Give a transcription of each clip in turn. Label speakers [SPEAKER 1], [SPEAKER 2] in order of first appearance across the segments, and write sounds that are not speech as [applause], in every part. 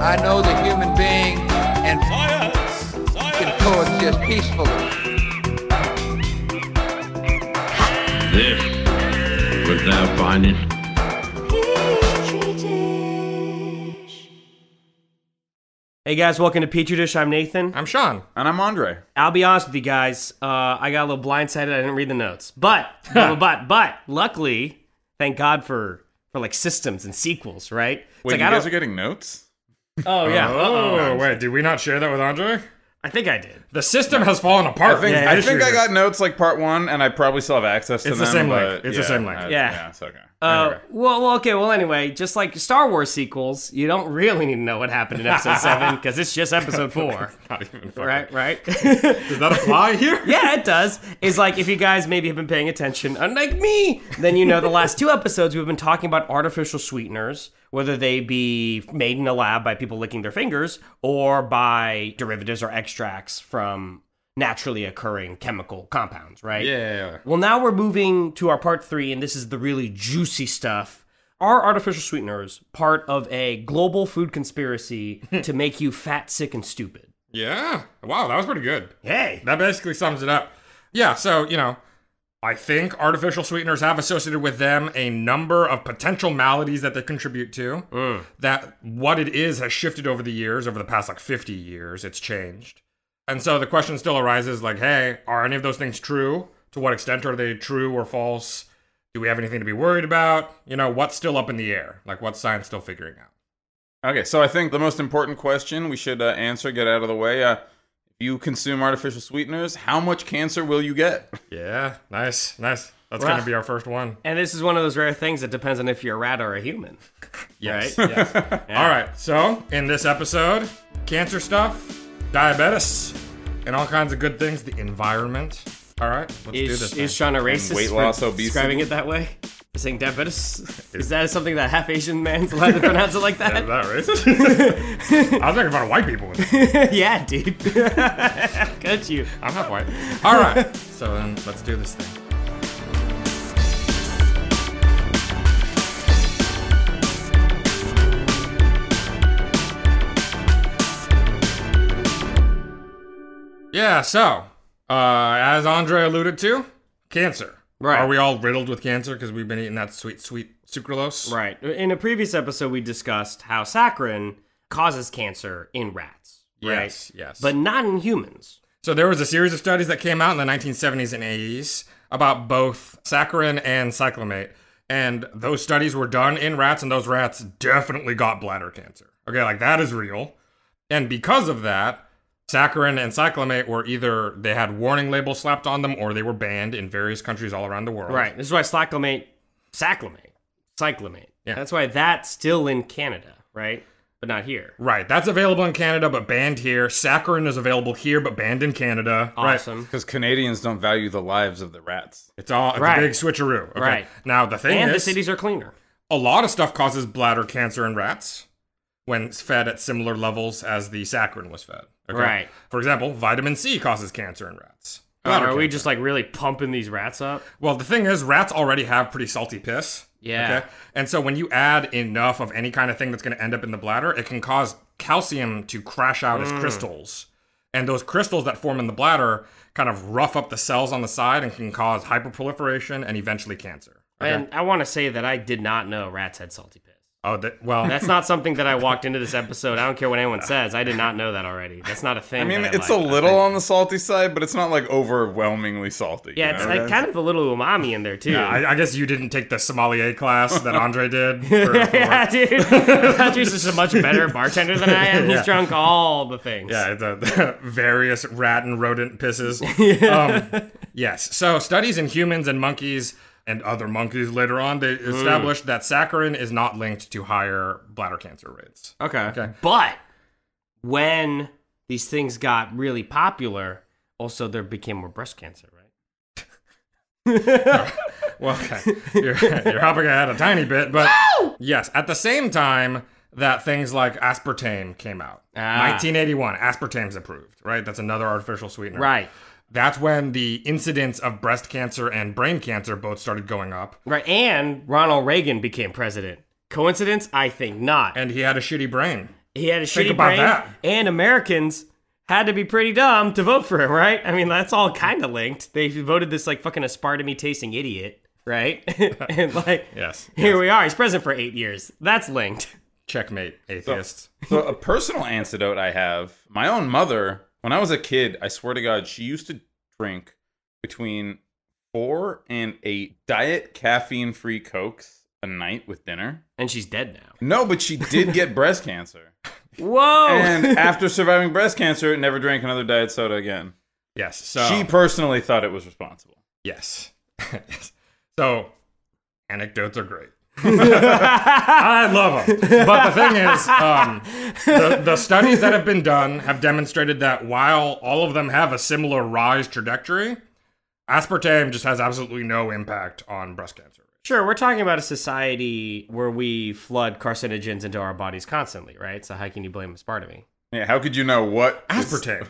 [SPEAKER 1] I know the human being and
[SPEAKER 2] Science!
[SPEAKER 1] can
[SPEAKER 2] Science!
[SPEAKER 1] coexist peacefully.
[SPEAKER 3] This was thou findest.
[SPEAKER 4] Hey guys, welcome to Petri Dish. I'm Nathan.
[SPEAKER 5] I'm Sean.
[SPEAKER 6] And I'm Andre.
[SPEAKER 4] I'll be honest with you guys. Uh, I got a little blindsided. I didn't read the notes, but but but, but luckily, thank God for for like systems and sequels, right? It's
[SPEAKER 6] Wait,
[SPEAKER 4] like,
[SPEAKER 6] you
[SPEAKER 4] I
[SPEAKER 6] guys
[SPEAKER 4] don't-
[SPEAKER 6] are getting notes?
[SPEAKER 4] oh yeah.
[SPEAKER 5] Oh,
[SPEAKER 4] Uh-oh.
[SPEAKER 5] wait, did we not share that with Andre?
[SPEAKER 4] I think I did.
[SPEAKER 5] The system has fallen apart.
[SPEAKER 6] I think,
[SPEAKER 4] yeah,
[SPEAKER 6] I,
[SPEAKER 4] you
[SPEAKER 6] think
[SPEAKER 5] should.
[SPEAKER 6] I got notes like part one, and I probably still have access to
[SPEAKER 5] It's the
[SPEAKER 6] them.
[SPEAKER 5] same link.
[SPEAKER 6] but
[SPEAKER 5] It's the
[SPEAKER 6] yeah,
[SPEAKER 5] same link.
[SPEAKER 6] I-
[SPEAKER 4] Yeah.
[SPEAKER 6] yeah, it's okay.
[SPEAKER 4] Uh,
[SPEAKER 5] Anyway.
[SPEAKER 4] well, well, okay. Well, anyway, just like Star Wars sequels, you don't really need to know what happened in Episode Seven because it's just Episode Four,
[SPEAKER 5] [laughs] Not even fucking-
[SPEAKER 4] right? Right.
[SPEAKER 5] Does that apply here?
[SPEAKER 6] [laughs]
[SPEAKER 4] Yeah, it does. Is like if you guys maybe have been paying attention, unlike me, then you know the last two episodes we've been talking about artificial sweeteners, whether they be made in a lab by people licking their fingers or by derivatives or extracts from naturally occurring chemical compounds, right?
[SPEAKER 5] Yeah, yeah, yeah.
[SPEAKER 4] Well, now we're moving to our part three, and this is the really juicy stuff. Are artificial sweeteners part of a global food
[SPEAKER 5] [laughs]
[SPEAKER 4] conspiracy to make you fat, sick, and stupid?
[SPEAKER 5] Yeah. Wow, that was pretty good.
[SPEAKER 4] Hey,
[SPEAKER 5] That basically sums it up. Yeah, so, you know, I think artificial sweeteners have associated with them a number of potential maladies that they contribute to. That what it is has shifted over the years, over the past like 50 years, it's changed. And so the question still arises like, hey, are any of those things true? To what extent are they true or false? Do we have anything to be worried about? You know, what's still up in the air? Like, what's science still figuring out?
[SPEAKER 6] Okay, so I think the most important question we should uh, answer, get out of the way. Uh, if you consume artificial sweeteners, how much cancer will you get? [laughs]
[SPEAKER 5] Yeah, nice, nice. That's
[SPEAKER 4] Well-
[SPEAKER 5] going to be our first one.
[SPEAKER 4] And this is one of those rare things that depends on if you're a rat or a human.
[SPEAKER 5] Yes.
[SPEAKER 4] Right?
[SPEAKER 5] yes. All right. So in this episode, cancer stuff, diabetes, and all kinds of good things. The environment. All right. Let's do this.
[SPEAKER 4] Is,
[SPEAKER 5] thing.
[SPEAKER 4] is Sean a racist
[SPEAKER 6] weight loss,
[SPEAKER 4] for
[SPEAKER 6] obesity.
[SPEAKER 4] describing it that way? For Saying diabetes? Is that something that half Asian man's allowed to [laughs] pronounce it like
[SPEAKER 5] [laughs] is
[SPEAKER 4] that?
[SPEAKER 5] that racist? [laughs] I was making fun of white people. With
[SPEAKER 4] [laughs]
[SPEAKER 5] it.
[SPEAKER 4] yeah, dude. [laughs] Got you.
[SPEAKER 5] I'm half white. All right. [laughs] So then let's do this thing. Yeah, so, uh, as Andre alluded to, cancer.
[SPEAKER 4] Right.
[SPEAKER 5] Are we all riddled with cancer because we've been eating that sweet, sweet sucralose?
[SPEAKER 4] Right. In a previous episode, we discussed how saccharin causes cancer in rats. Right?
[SPEAKER 5] Yes, yes.
[SPEAKER 4] But not in humans.
[SPEAKER 5] So there was a series of studies that came out in the 1970s and 80s about both saccharin and cyclamate. And those studies were done in rats, and those rats definitely got bladder cancer. Okay, like that is real. And because of that, saccharin and cyclamate were either they had warning labels slapped on them or they were banned in various countries all around the world.
[SPEAKER 4] Right. This is why cyclamate, saccharin, cyclamate.
[SPEAKER 5] Yeah.
[SPEAKER 4] That's why that's still in Canada, right? But not here.
[SPEAKER 5] Right. That's available in Canada but banned here. Saccharin is available here but banned in Canada. Right.
[SPEAKER 4] Awesome.
[SPEAKER 6] Because Canadians don't value the lives of the rats.
[SPEAKER 5] It's all it's
[SPEAKER 4] Right.
[SPEAKER 5] a big switcheroo. Okay.
[SPEAKER 4] Right.
[SPEAKER 5] Now the thing
[SPEAKER 4] And
[SPEAKER 5] is
[SPEAKER 4] the cities are cleaner.
[SPEAKER 5] a lot of stuff causes bladder cancer in rats when it's fed at similar levels as the saccharin was fed.
[SPEAKER 4] Right.
[SPEAKER 5] For example, vitamin C causes cancer in rats.
[SPEAKER 4] Oh,
[SPEAKER 5] Bladder
[SPEAKER 4] are we
[SPEAKER 5] cancer.
[SPEAKER 4] just like really pumping these rats up?
[SPEAKER 5] Well, the thing is, rats already have pretty salty piss.
[SPEAKER 4] Yeah.
[SPEAKER 5] And so when you add enough of any kind of thing that's going to end up in the bladder, it can cause calcium to crash out
[SPEAKER 4] Mm.
[SPEAKER 5] as crystals. And those crystals that form in the bladder kind of rough up the cells on the side and can cause hyperproliferation and eventually cancer.
[SPEAKER 4] And I want to say that I did not know rats had salty piss.
[SPEAKER 5] Oh, that, well,
[SPEAKER 4] That's not something that I walked into this episode. I don't care what anyone says. I did not know that already. That's not a thing.
[SPEAKER 6] I mean,
[SPEAKER 4] that
[SPEAKER 6] it's a
[SPEAKER 4] like.
[SPEAKER 6] little on the salty side, but it's not like overwhelmingly salty.
[SPEAKER 4] Yeah, it's like kind of a little umami in there too. [laughs]
[SPEAKER 5] Yeah, I, I guess you didn't take the sommelier class that Andre did. For, for
[SPEAKER 4] yeah, dude. Patrick's just a much better bartender than I am. He's
[SPEAKER 5] Yeah.
[SPEAKER 4] drunk all the things.
[SPEAKER 5] yeah, the, the various rat and
[SPEAKER 4] [laughs]
[SPEAKER 5] rodent pisses. Um, yes. So studies in humans and monkeys and other monkeys later on they established that saccharin is not linked to higher bladder cancer rates.
[SPEAKER 4] Okay.
[SPEAKER 5] Okay.
[SPEAKER 4] But when these things got really popular, also there became more breast cancer, right?
[SPEAKER 5] [laughs] Well,
[SPEAKER 4] [laughs]
[SPEAKER 5] okay. you're, you're hopping ahead a tiny bit, but yes, at the same time that things like aspartame came out.
[SPEAKER 4] Ah.
[SPEAKER 5] 1981, aspartame's approved, right? That's another artificial sweetener.
[SPEAKER 4] Right.
[SPEAKER 5] That's when the incidence of breast cancer and brain cancer both started going up.
[SPEAKER 4] Right. And Ronald Reagan became president. Coincidence? I think not.
[SPEAKER 5] And he had a shitty brain.
[SPEAKER 4] He had a
[SPEAKER 5] Think
[SPEAKER 4] shitty
[SPEAKER 5] about
[SPEAKER 4] brain,
[SPEAKER 5] that.
[SPEAKER 4] and Americans had to be pretty dumb to vote for him, right? I mean, that's all kind of linked. They voted this like fucking aspartame tasting idiot, right? [laughs] and like,
[SPEAKER 5] [laughs] Yes,
[SPEAKER 4] here we are. He's president for eight years. That's linked.
[SPEAKER 5] Checkmate, atheists.
[SPEAKER 6] So a personal antidote I have. My own mother, when I was a kid, I swear to God, she used to drink between four and eight diet caffeine free cokes a night with dinner.
[SPEAKER 4] And she's dead now.
[SPEAKER 6] No, but she did get breast cancer.
[SPEAKER 4] Whoa.
[SPEAKER 6] And
[SPEAKER 5] [laughs]
[SPEAKER 6] after surviving breast cancer, never drank another diet soda again.
[SPEAKER 5] Yes. So
[SPEAKER 6] She personally thought it was responsible.
[SPEAKER 5] Yes. [laughs] Yes. so anecdotes are great. I love them. But the thing is, um, the, the studies that have been done have demonstrated that while all of them have a similar rise trajectory, aspartame just has absolutely no impact on breast cancer.
[SPEAKER 4] Sure, we're talking about a society where we flood carcinogens into our bodies constantly, right? So how can you blame aspartame?
[SPEAKER 6] Yeah, how could you know what
[SPEAKER 5] Aspartame.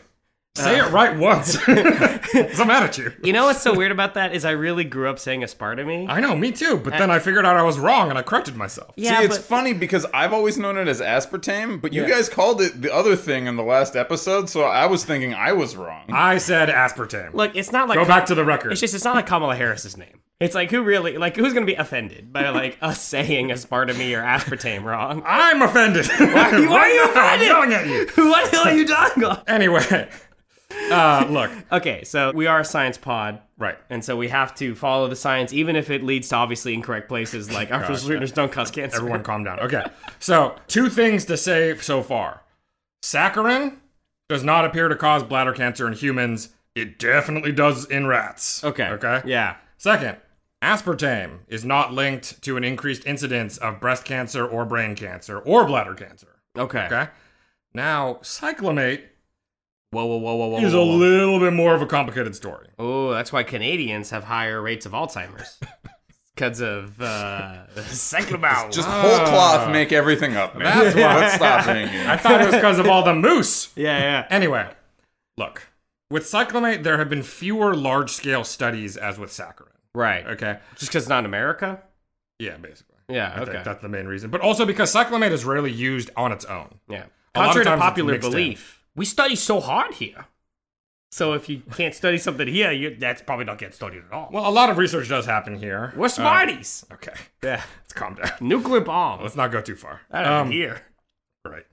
[SPEAKER 5] Say it right once. I'm mad at you.
[SPEAKER 4] You know what's so weird about that is I really grew up saying aspartame.
[SPEAKER 5] I know, me too. But then I figured out I was wrong and I corrected myself.
[SPEAKER 4] Uh, yeah,
[SPEAKER 6] See, it's
[SPEAKER 4] but
[SPEAKER 6] funny because I've always known it as aspartame, but you guys called it the other thing in the last episode, so I was thinking I was wrong.
[SPEAKER 5] I said aspartame.
[SPEAKER 4] look, it's not like
[SPEAKER 5] Go back to the record.
[SPEAKER 4] It's just it's not like Kamala Harris's name. It's like who really like who's gonna be offended by like us saying aspartame or aspartame wrong? [laughs]
[SPEAKER 5] I'm offended. [laughs] Why
[SPEAKER 4] Why are you offended?
[SPEAKER 5] I'm yelling at you.
[SPEAKER 4] what the hell are you talking about?
[SPEAKER 5] Anyway, [laughs] uh, look,
[SPEAKER 4] Okay, so we are a science pod.
[SPEAKER 5] right.
[SPEAKER 4] And so we have to follow the science, even if it leads to obviously incorrect places like our sweeteners don't cause cancer.
[SPEAKER 5] Everyone calm down. Okay. So, two things to say so far. Saccharin does not appear to cause bladder cancer in humans. It definitely does in rats.
[SPEAKER 4] Okay.
[SPEAKER 5] Okay.
[SPEAKER 4] Yeah.
[SPEAKER 5] Second, aspartame is not linked to an increased incidence of breast cancer or brain cancer or bladder cancer.
[SPEAKER 4] Okay.
[SPEAKER 5] Okay. Now, cyclamate
[SPEAKER 4] Whoa, whoa, whoa, whoa, whoa.
[SPEAKER 5] is a
[SPEAKER 4] whoa, whoa.
[SPEAKER 5] little bit more of a complicated story.
[SPEAKER 4] Oh, that's why Canadians have higher rates of
[SPEAKER 5] [laughs]
[SPEAKER 4] Alzheimer's. Because of uh, [laughs] cyclamine.
[SPEAKER 6] Just whole cloth make everything up, man.
[SPEAKER 5] Ah. That's why-
[SPEAKER 6] Let's stop being here.
[SPEAKER 5] I thought
[SPEAKER 4] [laughs]
[SPEAKER 5] it was because of all the moose.
[SPEAKER 4] yeah, yeah.
[SPEAKER 5] Anyway, look, with cyclamate, there have been fewer large scale studies as with saccharin.
[SPEAKER 4] Right.
[SPEAKER 5] Okay.
[SPEAKER 4] Just because it's not in America?
[SPEAKER 5] Yeah, basically. I
[SPEAKER 4] Yeah,
[SPEAKER 5] think
[SPEAKER 4] okay.
[SPEAKER 5] that's the main reason. But also because cyclamate is rarely used on its own.
[SPEAKER 4] Yeah.
[SPEAKER 5] A lot of
[SPEAKER 4] Contrary to
[SPEAKER 5] times it's
[SPEAKER 4] popular
[SPEAKER 5] mixed in.
[SPEAKER 4] belief, we study so hard here. So if you can't study something here, you, that's probably not getting studied at all.
[SPEAKER 5] Well, a lot of research does happen here. Uh,
[SPEAKER 4] We're smarties.
[SPEAKER 5] Okay. [laughs]
[SPEAKER 4] yeah.
[SPEAKER 5] Let's calm down.
[SPEAKER 4] Nuclear bomb.
[SPEAKER 5] Let's not go too far.
[SPEAKER 4] Out
[SPEAKER 5] Um,
[SPEAKER 4] here.
[SPEAKER 5] [laughs] Right.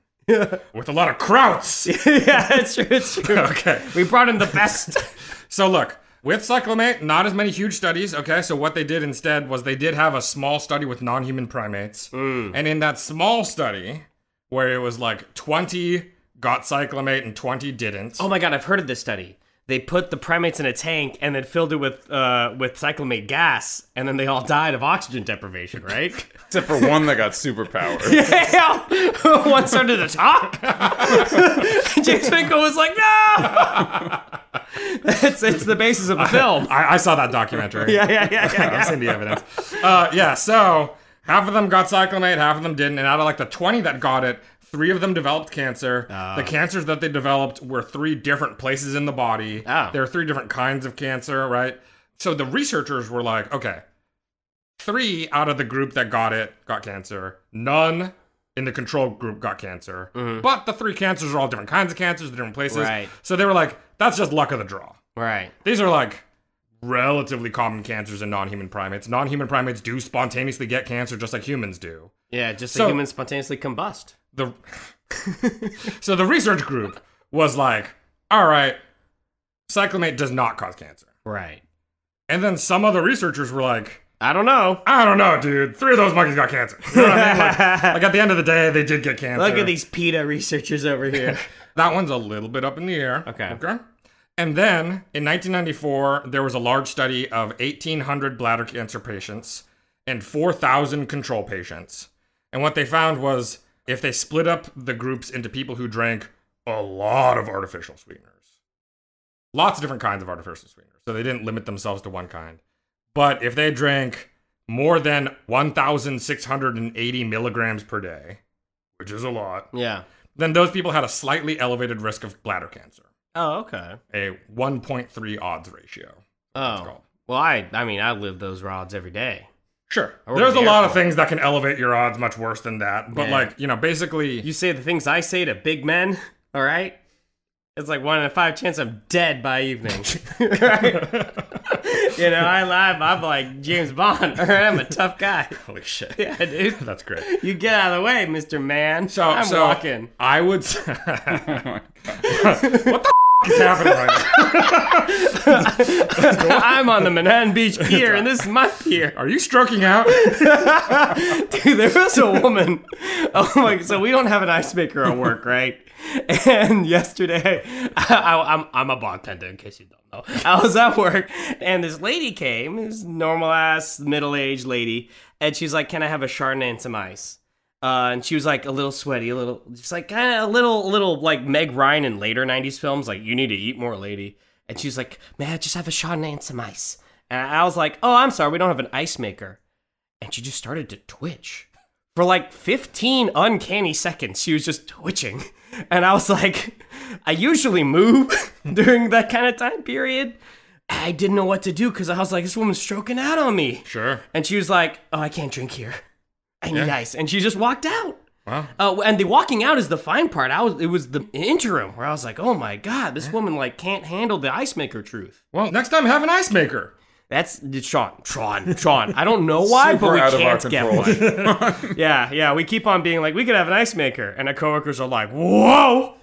[SPEAKER 5] with a lot of krauts.
[SPEAKER 4] [laughs] yeah, it's true. It's true.
[SPEAKER 5] okay.
[SPEAKER 4] We brought in the
[SPEAKER 5] [laughs]
[SPEAKER 4] best.
[SPEAKER 5] So look, with cyclamate, not as many huge studies. Okay, so what they did instead was they did have a small study with non-human primates,
[SPEAKER 4] Hmm.
[SPEAKER 5] and in that small study, where it was like twenty got cyclamate and twenty didn't.
[SPEAKER 4] oh my god, I've heard of this study. They put the primates in a tank and then filled it with uh, with cyclamate gas, and then they all died of oxygen deprivation, right?
[SPEAKER 5] [laughs]
[SPEAKER 6] Except for one that got superpowers.
[SPEAKER 4] Damn! One started to talk. [laughs] James Franco was like, "No!" [laughs] it's, it's the basis of the film.
[SPEAKER 5] I, I saw that documentary.
[SPEAKER 4] [laughs] Yeah, yeah, yeah, yeah.
[SPEAKER 5] I've seen the evidence. Uh, yeah, so half of them got cyclamate, half of them didn't, and out of like the 20 that got it, three of them developed cancer. the cancers that they developed were three different places in the body.
[SPEAKER 4] Oh.
[SPEAKER 5] There are three different kinds of cancer, right? So the researchers were like, okay, three out of the group that got it got cancer. None in the control group got cancer. But the three cancers are all different kinds of cancers, different places.
[SPEAKER 4] Right.
[SPEAKER 5] So they were like, that's just luck of the draw.
[SPEAKER 4] Right.
[SPEAKER 5] These are like relatively common cancers in non-human primates. Non-human primates do spontaneously get cancer just like humans do.
[SPEAKER 4] Yeah, just
[SPEAKER 5] So-
[SPEAKER 4] so, humans spontaneously combust.
[SPEAKER 5] The [laughs] So the research group was like, "All right, cyclamate does not cause cancer."
[SPEAKER 4] Right.
[SPEAKER 5] And then some other researchers were like,
[SPEAKER 4] I don't know.
[SPEAKER 5] "I don't know, dude. Three of those monkeys got cancer." You know what
[SPEAKER 4] [laughs]
[SPEAKER 5] I mean? Like, like, at the end of the day, they did get cancer.
[SPEAKER 4] Look at these PETA researchers over here.
[SPEAKER 5] That one's a little bit up in the air.
[SPEAKER 4] Okay.
[SPEAKER 5] Okay. And then in 1994, there was a large study of 1,800 bladder cancer patients and 4,000 control patients. And what they found was if they split up the groups into people who drank a lot of artificial sweeteners, lots of different kinds of artificial sweeteners. So they didn't limit themselves to one kind. But if they drank more than 1,680 milligrams per day, which is a lot,
[SPEAKER 4] [laughs] Yeah.
[SPEAKER 5] then those people had a slightly elevated risk of bladder cancer,
[SPEAKER 4] Oh, okay.
[SPEAKER 5] a 1.3 odds ratio.
[SPEAKER 4] Oh.
[SPEAKER 5] called.
[SPEAKER 4] Well, I I mean, I live those rods every day.
[SPEAKER 5] Sure.
[SPEAKER 4] Or
[SPEAKER 5] There's
[SPEAKER 4] the
[SPEAKER 5] a lot of
[SPEAKER 4] airport.
[SPEAKER 5] things that can elevate your odds much worse than that. But,
[SPEAKER 4] Yeah.
[SPEAKER 5] like, you know, basically.
[SPEAKER 4] You say the things I say to big men, [laughs] all right? It's like one in a five chance I'm dead by evening. [laughs] right? You know, I live. I'm like James Bond. [laughs] All right, I'm a tough guy.
[SPEAKER 5] [laughs] Holy shit.
[SPEAKER 4] Yeah, dude.
[SPEAKER 5] [laughs] That's great.
[SPEAKER 4] You get out of the way, Mister Man.
[SPEAKER 5] So,
[SPEAKER 4] I'm
[SPEAKER 5] so
[SPEAKER 4] walking. [laughs]
[SPEAKER 5] I would.
[SPEAKER 6] [laughs]
[SPEAKER 5] s- [laughs] what the f- is happening right
[SPEAKER 6] [laughs]
[SPEAKER 5] now?
[SPEAKER 4] I'm on the Manhattan
[SPEAKER 5] [laughs]
[SPEAKER 4] Beach Pier, and this is my pier.
[SPEAKER 5] Are you
[SPEAKER 6] [laughs]
[SPEAKER 5] stroking
[SPEAKER 4] [laughs]
[SPEAKER 5] out?
[SPEAKER 4] Dude, there was a woman. Oh my! So we don't have an ice maker at work, right? And yesterday, I, am I'm a bartender. In case you don't know, I was at work, and this lady came, this normal ass middle aged lady, and she's like, "Can I have a chardonnay and some ice?" Uh, and she was like a little sweaty, a little, just like kind of a little, little like Meg Ryan in later '90s films, like "You need to eat more, lady." And she was like, "May I just have a chardonnay and some ice?" And I was like, "Oh, I'm sorry, we don't have an ice maker." and she just started to twitch for like 15 uncanny seconds she was just twitching [laughs] and i was like i usually move [laughs] during that kind of time period i didn't know what to do because i was like this woman's stroking out on me
[SPEAKER 5] Sure.
[SPEAKER 4] and she was like oh i can't drink here i need
[SPEAKER 5] Yeah.
[SPEAKER 4] ice and she just walked out
[SPEAKER 5] Wow.
[SPEAKER 4] uh, and the walking out is the fine part i was it was the interim where i was like oh my god this woman like can't handle the ice maker truth
[SPEAKER 5] Well, next time have an ice maker.
[SPEAKER 4] that's Sean. Sean. Sean. I don't know why, but
[SPEAKER 6] Super
[SPEAKER 4] we
[SPEAKER 6] out of
[SPEAKER 4] can't
[SPEAKER 6] our
[SPEAKER 4] get
[SPEAKER 6] control.
[SPEAKER 4] one.
[SPEAKER 6] [laughs]
[SPEAKER 4] yeah, yeah. We keep on being like, we could have an ice maker, and our coworkers are like,
[SPEAKER 6] [laughs]
[SPEAKER 4] whoa,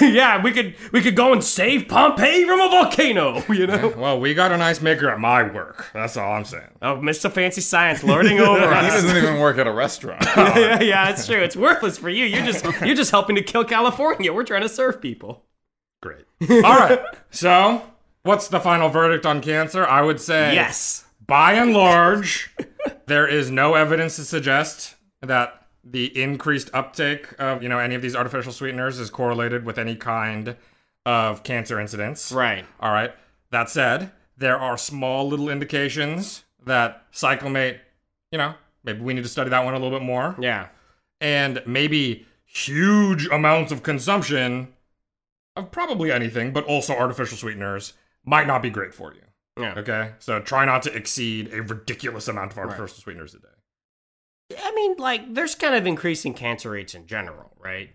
[SPEAKER 4] yeah, we could we could go and save Pompeii from a volcano. You know,
[SPEAKER 5] Well, we got an ice maker at my work. That's all I'm saying.
[SPEAKER 4] oh, Mr. Fancy Science lording over
[SPEAKER 6] [laughs] He
[SPEAKER 4] us.
[SPEAKER 6] doesn't even work at a restaurant.
[SPEAKER 4] [laughs] yeah, yeah, it's true. It's worthless for you. You're [laughs] just you're just helping to kill California. We're trying to serve people.
[SPEAKER 5] Great. [laughs] All right. So, what's the final verdict on cancer? I would say
[SPEAKER 4] Yes.
[SPEAKER 5] by and large, there is no evidence to suggest that the increased uptake of you know any of these artificial sweeteners is correlated with any kind of cancer incidence.
[SPEAKER 4] Right.
[SPEAKER 5] All right. That said, there are small little indications that cyclamate, you know, maybe we need to study that one a little bit more
[SPEAKER 4] Yeah.
[SPEAKER 5] and maybe huge amounts of consumption of probably anything, but also artificial sweeteners, might not be great for you.
[SPEAKER 4] Yeah.
[SPEAKER 5] Okay. So try not to exceed a ridiculous amount of artificial sweeteners a day.
[SPEAKER 4] I mean, like, there's kind of increasing cancer rates in general, right?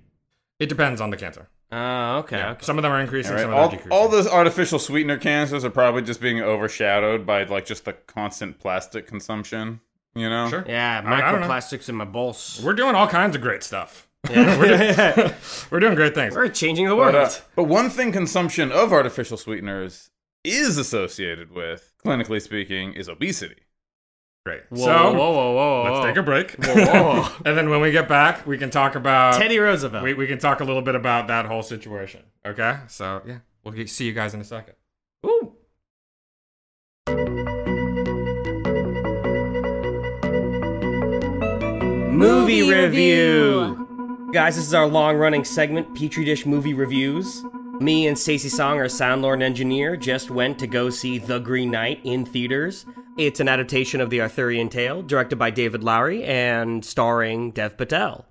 [SPEAKER 5] It depends on the cancer.
[SPEAKER 4] Oh, okay. okay.
[SPEAKER 5] Some of them are increasing,
[SPEAKER 6] All right,
[SPEAKER 5] some of them are
[SPEAKER 6] All,
[SPEAKER 5] decreasing.
[SPEAKER 6] all those artificial sweetener cancers are probably just being overshadowed by like just the constant plastic consumption. You know,
[SPEAKER 5] Sure.
[SPEAKER 4] Yeah,
[SPEAKER 5] I- I don't know.
[SPEAKER 4] microplastics in my balls.
[SPEAKER 5] We're doing all kinds of great stuff.
[SPEAKER 4] Yeah.
[SPEAKER 5] [laughs] we're, doing,
[SPEAKER 4] [laughs]
[SPEAKER 5] we're doing great things.
[SPEAKER 4] We're changing the world.
[SPEAKER 6] But, uh, but one thing consumption of artificial sweeteners is associated with, clinically speaking, is obesity. [laughs]
[SPEAKER 5] Great.
[SPEAKER 4] whoa,
[SPEAKER 5] so
[SPEAKER 4] whoa, whoa, whoa, whoa, whoa.
[SPEAKER 5] let's take a break.
[SPEAKER 4] Whoa, whoa.
[SPEAKER 5] [laughs] and then when we get back, we can talk about
[SPEAKER 4] Teddy Roosevelt.
[SPEAKER 5] we, we can talk a little bit about that whole situation. Okay? So yeah. We'll get, see you guys in a second.
[SPEAKER 4] Ooh. Movie review. Guys, this is our long-running segment, Petri Dish Movie Reviews. Me and Stacey Song, our sound lord and engineer, just went to go see The Green Knight in theaters. It's an adaptation of the Arthurian tale, directed by David Lowry and starring Dev Patel.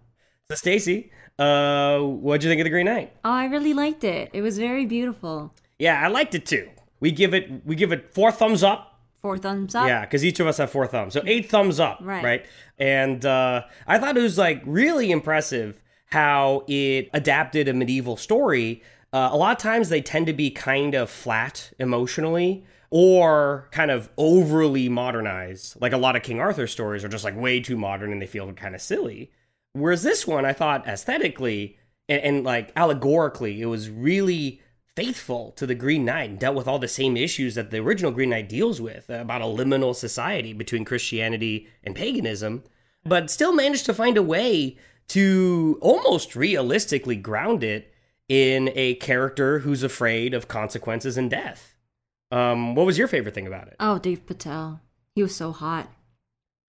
[SPEAKER 4] So, Stacey, uh, what'd you think of The Green Knight?
[SPEAKER 7] Oh, I really liked it. It was very beautiful.
[SPEAKER 4] Yeah, I liked it too. We give it we give it four thumbs up.
[SPEAKER 7] Four thumbs up.
[SPEAKER 4] Yeah, because each of us have four thumbs, so eight thumbs up.
[SPEAKER 7] Right.
[SPEAKER 4] Right. And uh, I thought it was like really impressive how it adapted a medieval story. Uh, a lot of times they tend to be kind of flat emotionally or kind of overly modernized. Like a lot of King Arthur stories are just like way too modern and they feel kind of silly. Whereas this one, I thought aesthetically and, and like allegorically, it was really faithful to the Green Knight and dealt with all the same issues that the original Green Knight deals with uh, about a liminal society between Christianity and paganism, but still managed to find a way to almost realistically ground it in a character who's afraid of consequences and death. Um, what was your favorite thing about it?
[SPEAKER 8] Um,
[SPEAKER 7] Oh, Dave Patel. He was so hot.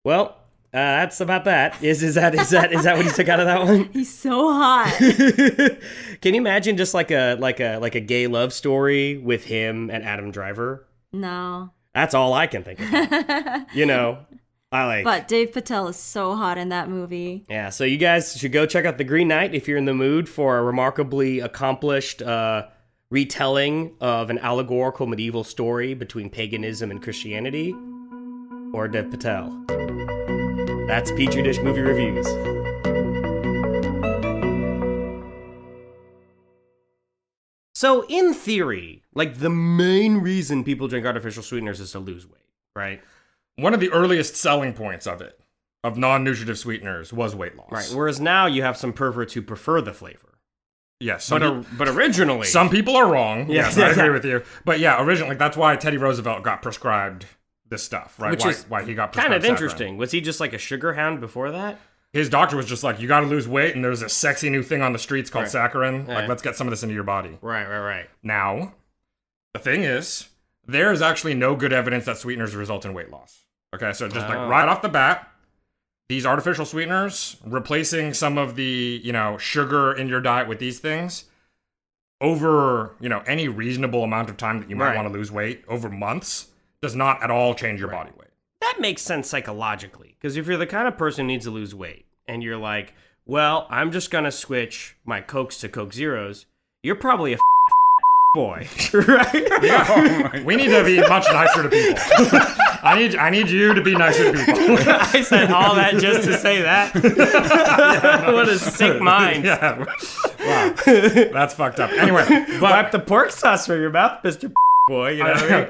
[SPEAKER 4] Well, uh, that's about that. Is is that is that is that what you took out of that one?
[SPEAKER 7] He's so hot.
[SPEAKER 4] [laughs] Can you imagine just like a like a like a gay love story with him and Adam Driver?
[SPEAKER 7] [laughs] No.
[SPEAKER 4] That's all I can think of. You know, I like.
[SPEAKER 7] But Dave Patel is so hot in that movie.
[SPEAKER 4] yeah, so you guys should go check out The Green Knight if you're in the mood for a remarkably accomplished uh, retelling of an allegorical medieval story between paganism and Christianity, or Dev Patel. That's Petri Dish Movie Reviews. So, in theory, like the main reason people drink artificial sweeteners is to lose weight, right?
[SPEAKER 5] One of the earliest selling points of it, of non-nutritive sweeteners, was weight loss.
[SPEAKER 4] Right. Whereas now you have some perverts who prefer the flavor.
[SPEAKER 5] Yes. Some
[SPEAKER 4] But,
[SPEAKER 5] peop-
[SPEAKER 4] or- but originally,
[SPEAKER 5] Some people are wrong.
[SPEAKER 4] Yeah,
[SPEAKER 5] yes, I
[SPEAKER 4] yeah. [laughs]
[SPEAKER 5] agree with you. But yeah, originally, like, that's why Teddy Roosevelt got prescribed this stuff, right?
[SPEAKER 4] which
[SPEAKER 5] why,
[SPEAKER 4] is
[SPEAKER 5] why he got
[SPEAKER 4] kind of
[SPEAKER 5] prescribed saccharin.
[SPEAKER 4] interesting. Was he just like a sugar hound before that?
[SPEAKER 5] His doctor was just like, "You got to lose weight," and there's a sexy new thing on the streets called saccharin.
[SPEAKER 4] Yeah.
[SPEAKER 5] Like, let's get some of this into your body.
[SPEAKER 4] Right, right, right.
[SPEAKER 5] Now, the thing is, there is actually no good evidence that sweeteners result in weight loss. Okay, so just
[SPEAKER 4] Oh.
[SPEAKER 5] like right off the bat, these artificial sweeteners replacing some of the, you know, sugar in your diet with these things over, you know, any reasonable amount of time that you might
[SPEAKER 4] Right.
[SPEAKER 5] want to lose weight over months does not at all change your body weight.
[SPEAKER 4] That makes sense psychologically because if you're the kind of person who needs to lose weight and you're like, well, I'm just gonna switch my cokes to Coke Zeros, you're probably a boy, [laughs] right?
[SPEAKER 6] Oh
[SPEAKER 5] we need to be much nicer to people. I need I need you to be nicer to people.
[SPEAKER 4] [laughs] I said all that just to say that. [laughs] what a sick mind.
[SPEAKER 5] [laughs] yeah. Wow. That's fucked up.
[SPEAKER 4] [laughs]
[SPEAKER 5] Anyway, but
[SPEAKER 4] Wipe the pork sauce from your mouth, Mister Boy. You know
[SPEAKER 5] [laughs]
[SPEAKER 4] what I mean?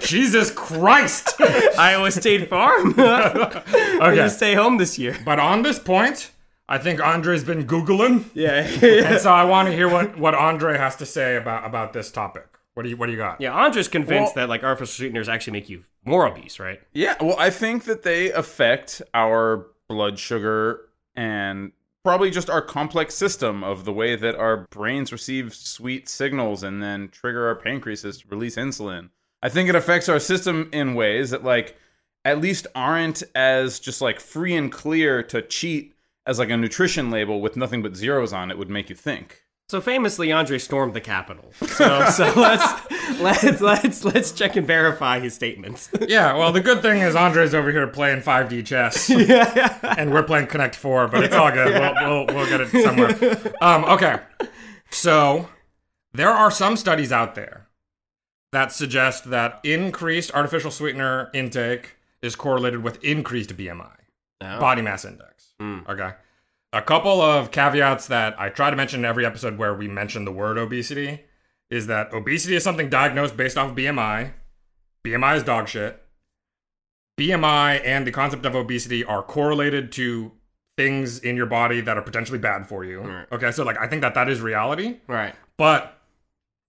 [SPEAKER 4] [laughs]
[SPEAKER 5] Jesus Christ.
[SPEAKER 4] Iowa State Farm. [laughs] okay. We're
[SPEAKER 5] [laughs] Okay.
[SPEAKER 4] gonna stay home this year.
[SPEAKER 5] but on this point, I think Andre's been Googling.
[SPEAKER 4] Yeah.
[SPEAKER 5] And so I want to hear what, what Andre has to say about, about this topic. What do you what do you got?
[SPEAKER 4] yeah, Andre's convinced
[SPEAKER 6] Well-
[SPEAKER 4] that like artificial sweeteners actually make you more obese, right?
[SPEAKER 6] Yeah, well, I think that they affect our blood sugar and probably just our complex system of the way that our brains receive sweet signals and then trigger our pancreases to release insulin. I think it affects our system in ways that, like, at least aren't as just like free and clear to cheat as like a nutrition label with nothing but zeros on it would make you think.
[SPEAKER 4] So famously, Andre stormed the Capitol. So, so let's let's let's let's check and verify his statements.
[SPEAKER 5] Yeah, well the good thing is Andre's over here playing 5D chess. And we're playing Connect 4, but it's all good. We'll, we'll, we'll get it somewhere. Um, okay. So there are some studies out there that suggest that increased artificial sweetener intake is correlated with increased BMI. body mass index. Okay. A couple of caveats that I try to mention in every episode where we mention the word obesity is that obesity is something diagnosed based off of BMI. BMI is dog shit. BMI and the concept of obesity are correlated to things in your body that are potentially bad for you.
[SPEAKER 4] Right.
[SPEAKER 5] Okay, so like I think that that is reality,
[SPEAKER 4] right.
[SPEAKER 5] but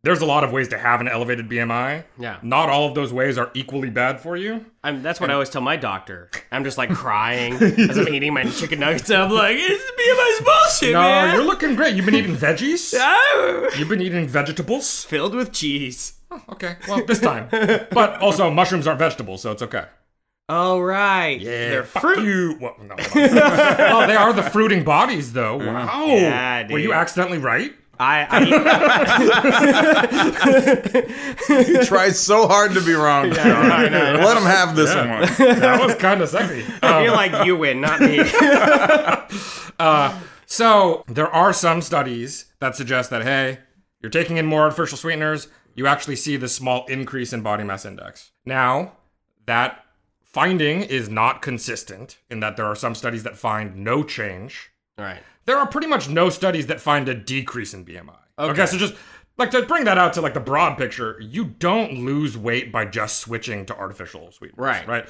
[SPEAKER 5] there's a lot of ways to have an elevated BMI.
[SPEAKER 4] Yeah.
[SPEAKER 5] Not all of those ways are equally bad for you.
[SPEAKER 4] I'm, that's what I always tell my doctor. I'm just like crying as I'm eating my chicken nuggets. I'm like, it's BMI's bullshit,
[SPEAKER 5] No,
[SPEAKER 4] man.
[SPEAKER 5] you're looking great. You've
[SPEAKER 4] [laughs]
[SPEAKER 5] been eating veggies.
[SPEAKER 4] Ah,
[SPEAKER 5] You've been eating vegetables?
[SPEAKER 4] [laughs]
[SPEAKER 5] Oh,
[SPEAKER 4] filled with cheese.
[SPEAKER 5] Okay, well, this time. but also, mushrooms aren't vegetables, so it's okay.
[SPEAKER 4] Oh right. Yeah. They're
[SPEAKER 5] fuck
[SPEAKER 4] fruit.
[SPEAKER 5] you. Well, no,
[SPEAKER 4] [laughs]
[SPEAKER 5] hold on. Oh, they are the fruiting bodies, though. Wow.
[SPEAKER 4] Mm. Yeah,
[SPEAKER 5] Were
[SPEAKER 4] dude.
[SPEAKER 5] you accidentally right?
[SPEAKER 4] I, I eat
[SPEAKER 6] He tried so hard to be wrong. Let him have this one.
[SPEAKER 5] That was kind of sexy.
[SPEAKER 4] I feel like you win, not me.
[SPEAKER 5] So, there are some studies that suggest that, hey, you're taking in more artificial sweeteners, you actually see this small increase in body mass index. Now, that finding is not consistent in that there are some studies that find no change
[SPEAKER 4] right.
[SPEAKER 5] there are pretty much no studies that find a decrease in BMI. Okay. so just like to bring that out to like the broad picture, you don't lose weight by just switching to artificial sweeteners.
[SPEAKER 4] Right.
[SPEAKER 5] Right.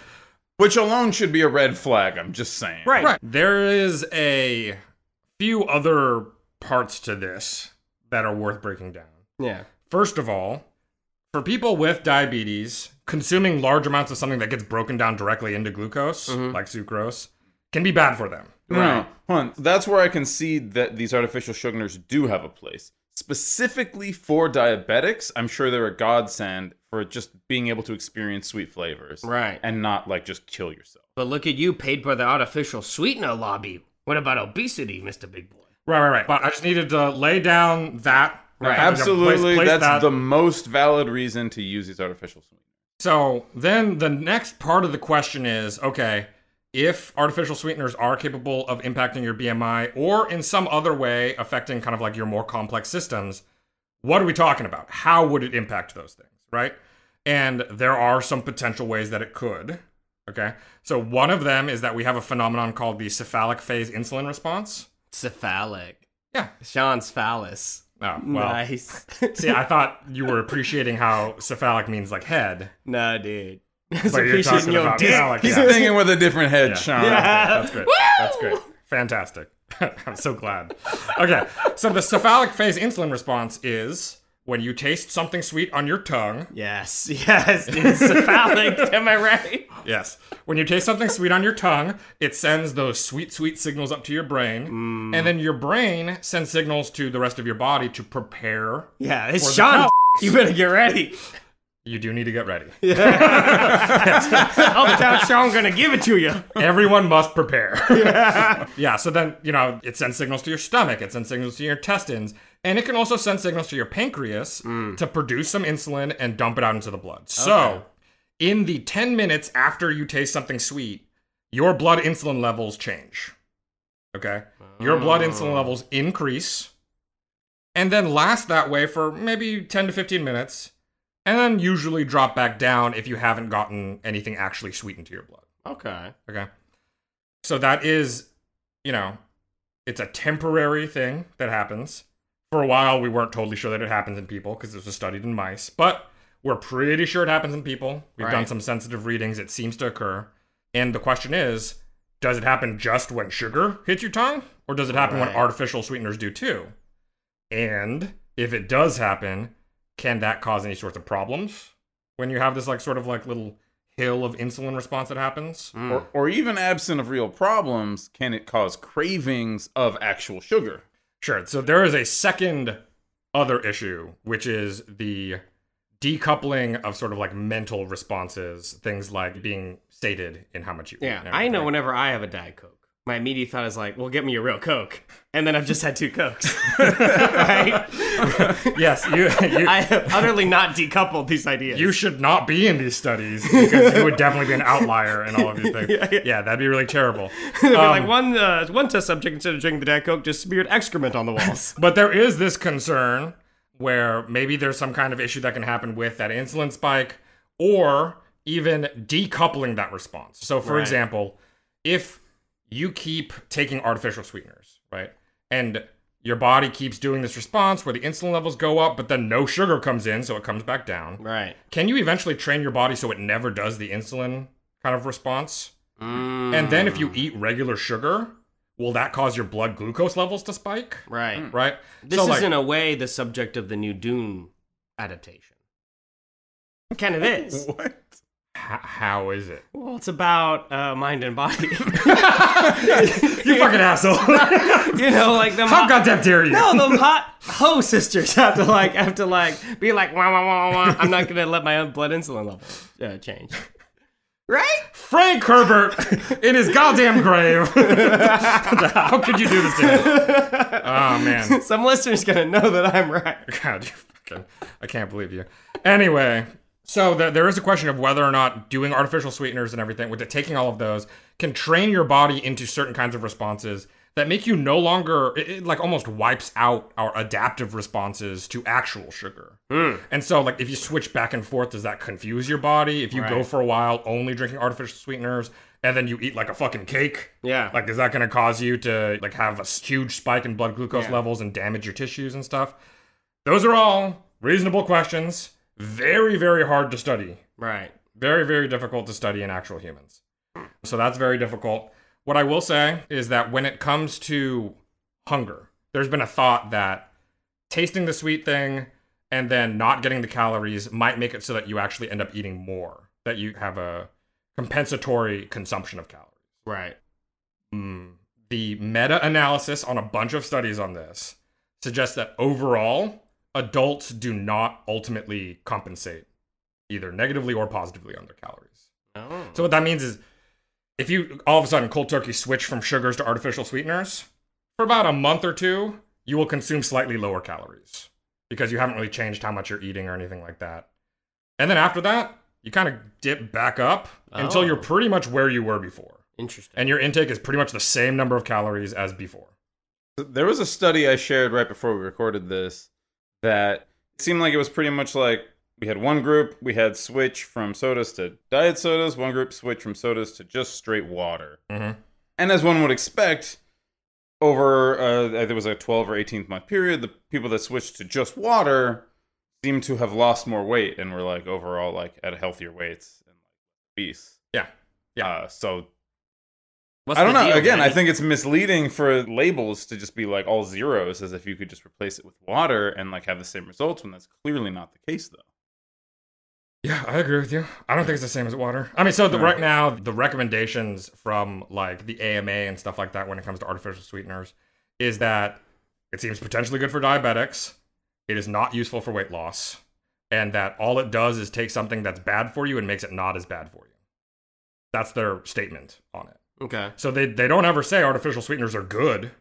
[SPEAKER 6] Which alone should be a red flag, I'm just saying.
[SPEAKER 4] Right.
[SPEAKER 5] Right. There is a few other parts to this that are worth breaking down.
[SPEAKER 4] Yeah.
[SPEAKER 5] First of all, for people with diabetes, consuming large amounts of something that gets broken down directly into glucose, like sucrose, can be bad for them.
[SPEAKER 6] No, no, hold on. That's where I concede that these artificial sugars do have a place. Specifically for diabetics, I'm sure they're a godsend for just being able to experience sweet flavors.
[SPEAKER 4] Right.
[SPEAKER 6] And not like just kill yourself.
[SPEAKER 4] But look at you, paid by the artificial sweetener lobby. What about obesity, Mr. Big Boy?
[SPEAKER 5] Right, right, right. But I just needed to lay down that Right.
[SPEAKER 6] Absolutely,
[SPEAKER 5] Place- place
[SPEAKER 6] that's
[SPEAKER 5] that.
[SPEAKER 6] the most valid reason to use these artificial sweeteners.
[SPEAKER 5] So then the next part of the question is okay, if artificial sweeteners are capable of impacting your BMI or in some other way affecting kind of like your more complex systems, what are we talking about? How would it impact those things, right? And there are some potential ways that it could. Okay. So one of them is that we have a phenomenon called the cephalic phase insulin response.
[SPEAKER 4] Cephalic.
[SPEAKER 5] Yeah.
[SPEAKER 4] Sean's phallus.
[SPEAKER 5] Oh, well.
[SPEAKER 4] [laughs] nice.
[SPEAKER 5] [laughs] See, I thought you were appreciating how cephalic means like head.
[SPEAKER 4] nah, dude.
[SPEAKER 5] But you're talking about
[SPEAKER 4] [laughs]
[SPEAKER 5] phallic,
[SPEAKER 6] He's
[SPEAKER 5] yeah.
[SPEAKER 6] thinking with a different head, Sean.
[SPEAKER 5] That's great. That's great. Fantastic. [laughs] I'm so glad. Okay, so the cephalic phase insulin response is when you taste something sweet on your tongue.
[SPEAKER 4] Yes, yes, [laughs] it's cephalic. Am I right?
[SPEAKER 5] Yes. When you taste something sweet on your tongue, it sends those sweet, sweet signals up to your brain. And then your brain sends signals to the rest of your body to prepare.
[SPEAKER 4] Yeah,
[SPEAKER 5] For
[SPEAKER 4] it's
[SPEAKER 5] the
[SPEAKER 4] Sean.
[SPEAKER 5] phallic.
[SPEAKER 4] [laughs] You better get ready.
[SPEAKER 5] You do need to get ready.
[SPEAKER 4] I'll tell Sean gonna give it to you.
[SPEAKER 5] Everyone must prepare. [laughs] Yeah. so then, you know, it sends signals to your stomach, it sends signals to your intestines, and it can also send signals to your pancreas to produce some insulin and dump it out into the blood. So, in the 10 minutes after you taste something sweet, your blood insulin levels change. Okay? Your blood insulin levels increase and then last that way for maybe 10 to 15 minutes and then usually drop back down if you haven't gotten anything actually sweetened to your blood.
[SPEAKER 4] Okay.
[SPEAKER 5] Okay. So that is, you know, it's a temporary thing that happens. For a while, we weren't totally sure that it happens in people because this was studied in mice, but we're pretty sure it happens in people. We've done
[SPEAKER 4] Right.
[SPEAKER 5] some sensitive readings. It seems to occur. And the question is does it happen just when sugar hits your tongue, or does it happen when
[SPEAKER 4] Right.
[SPEAKER 5] artificial sweeteners do too? And if it does happen, can that cause any sorts of problems when you have this, like, sort of like little hill of insulin response that happens?
[SPEAKER 6] Or, or even absent of real problems, can it cause cravings of actual sugar?
[SPEAKER 5] Sure. So there is a second other issue, which is the decoupling of sort of like mental responses, things like being stated in how much you eat.
[SPEAKER 4] Yeah,
[SPEAKER 5] and
[SPEAKER 4] I know.
[SPEAKER 5] everything.
[SPEAKER 4] Whenever I have a diet coke, my immediate thought is like, "Well, get me a real coke," and then I've just had two cokes. [laughs] right?
[SPEAKER 5] [laughs]
[SPEAKER 4] [laughs]
[SPEAKER 5] Yes, you, you,
[SPEAKER 4] I have utterly not decoupled these ideas. [laughs]
[SPEAKER 5] you should not be in these studies because you would definitely be an outlier in all of these
[SPEAKER 4] [laughs]
[SPEAKER 5] things. Yeah, that'd be really terrible.
[SPEAKER 4] It'd be
[SPEAKER 5] Um,
[SPEAKER 4] like one uh, one test subject instead of drinking the diet coke just smeared excrement on the
[SPEAKER 5] [laughs]
[SPEAKER 4] walls.
[SPEAKER 5] But there is this concern where maybe there's some kind of issue that can happen with that insulin spike or even decoupling that response. So, for
[SPEAKER 4] Right.
[SPEAKER 5] example, if you keep taking artificial sweeteners, right, and your body keeps doing this response where the insulin levels go up, but then no sugar comes in, so it comes back down.
[SPEAKER 4] [laughs] right.
[SPEAKER 5] Can you eventually train your body so it never does the insulin kind of response? And then if you eat regular sugar, will that cause your blood glucose levels to spike?
[SPEAKER 4] Right.
[SPEAKER 5] Right?
[SPEAKER 4] This
[SPEAKER 5] Mm. So,
[SPEAKER 4] is
[SPEAKER 5] like-
[SPEAKER 4] in a way the subject of the new Dune adaptation. Kind of
[SPEAKER 5] [laughs]
[SPEAKER 4] is.
[SPEAKER 6] What?
[SPEAKER 5] H- how is it?
[SPEAKER 4] Well, it's about uh, mind and body.
[SPEAKER 5] [laughs]
[SPEAKER 4] [laughs]
[SPEAKER 5] You fucking asshole! [laughs]
[SPEAKER 4] you know, like the
[SPEAKER 5] how goddamn dare you? [laughs]
[SPEAKER 4] No, the hot ho sisters [laughs] have to like have to like be like wah wah wah wah. wah. I'm not gonna let my own blood insulin level uh, change. Right?
[SPEAKER 5] Frank Herbert in his
[SPEAKER 4] [laughs]
[SPEAKER 5] goddamn grave. [laughs] how could you do this to him? Oh man,
[SPEAKER 4] Some listeners gonna know that I'm right.
[SPEAKER 5] [laughs] God, you fucking! I can't believe you. Anyway, so th- there is a question of whether or not doing artificial sweeteners and everything, with taking all of those, can train your body into certain kinds of responses that make you no longer it, it like almost wipes out our adaptive responses to actual sugar. And so, like, if you switch back and forth, does that confuse your body? If you go for a while only drinking artificial sweeteners and then you eat like a fucking cake,
[SPEAKER 4] Yeah.
[SPEAKER 5] like, is that going to cause you to like have a s- huge spike in blood glucose levels and damage your tissues and stuff? Those are all reasonable questions. Very, very hard to study.
[SPEAKER 4] Right.
[SPEAKER 5] Very, very difficult to study in actual humans. So that's very difficult. What I will say is that when it comes to hunger, there's been a thought that tasting the sweet thing and then not getting the calories might make it so that you actually end up eating more, that you have a compensatory consumption of calories.
[SPEAKER 4] Right.
[SPEAKER 5] Mm. The meta analysis on a bunch of studies on this suggests that overall, adults do not ultimately compensate either negatively or positively on their calories.
[SPEAKER 4] Oh.
[SPEAKER 5] So what that means is if you all of a sudden cold turkey switch from sugars to artificial sweeteners, for about a month or two, you will consume slightly lower calories. because you haven't really changed how much you're eating or anything like that. And then after that, you kind of dip back up until
[SPEAKER 4] Oh.
[SPEAKER 5] you're pretty much where you were before.
[SPEAKER 4] Interesting.
[SPEAKER 5] And your intake is pretty much the same number of calories as before.
[SPEAKER 6] There was a study I shared right before we recorded this that seemed like it was pretty much like we had one group, we had switch from sodas to diet sodas, one group switch from sodas to just straight water.
[SPEAKER 5] Mhm.
[SPEAKER 6] And as one would expect, over uh, there was a 12 or 18 month period, the people that switched to just water seemed to have lost more weight and were like overall like at healthier weights and obese.
[SPEAKER 5] Yeah. Yeah.
[SPEAKER 6] Uh, so
[SPEAKER 4] What's
[SPEAKER 6] I don't
[SPEAKER 4] the
[SPEAKER 6] know.
[SPEAKER 4] deal,
[SPEAKER 6] Again, I
[SPEAKER 4] Danny?
[SPEAKER 6] think it's misleading for labels to just be like all zeros as if you could just replace it with water and like have the same results when that's clearly not the case though.
[SPEAKER 5] Yeah, I agree with you. I don't think it's the same as water. I mean, so the, right now, the recommendations from like the AMA and stuff like that when it comes to artificial sweeteners is that it seems potentially good for diabetics. It is not useful for weight loss. And that all it does is take something that's bad for you and makes it not as bad for you. That's their statement on it.
[SPEAKER 4] Okay.
[SPEAKER 5] So they, they don't ever say artificial sweeteners are good,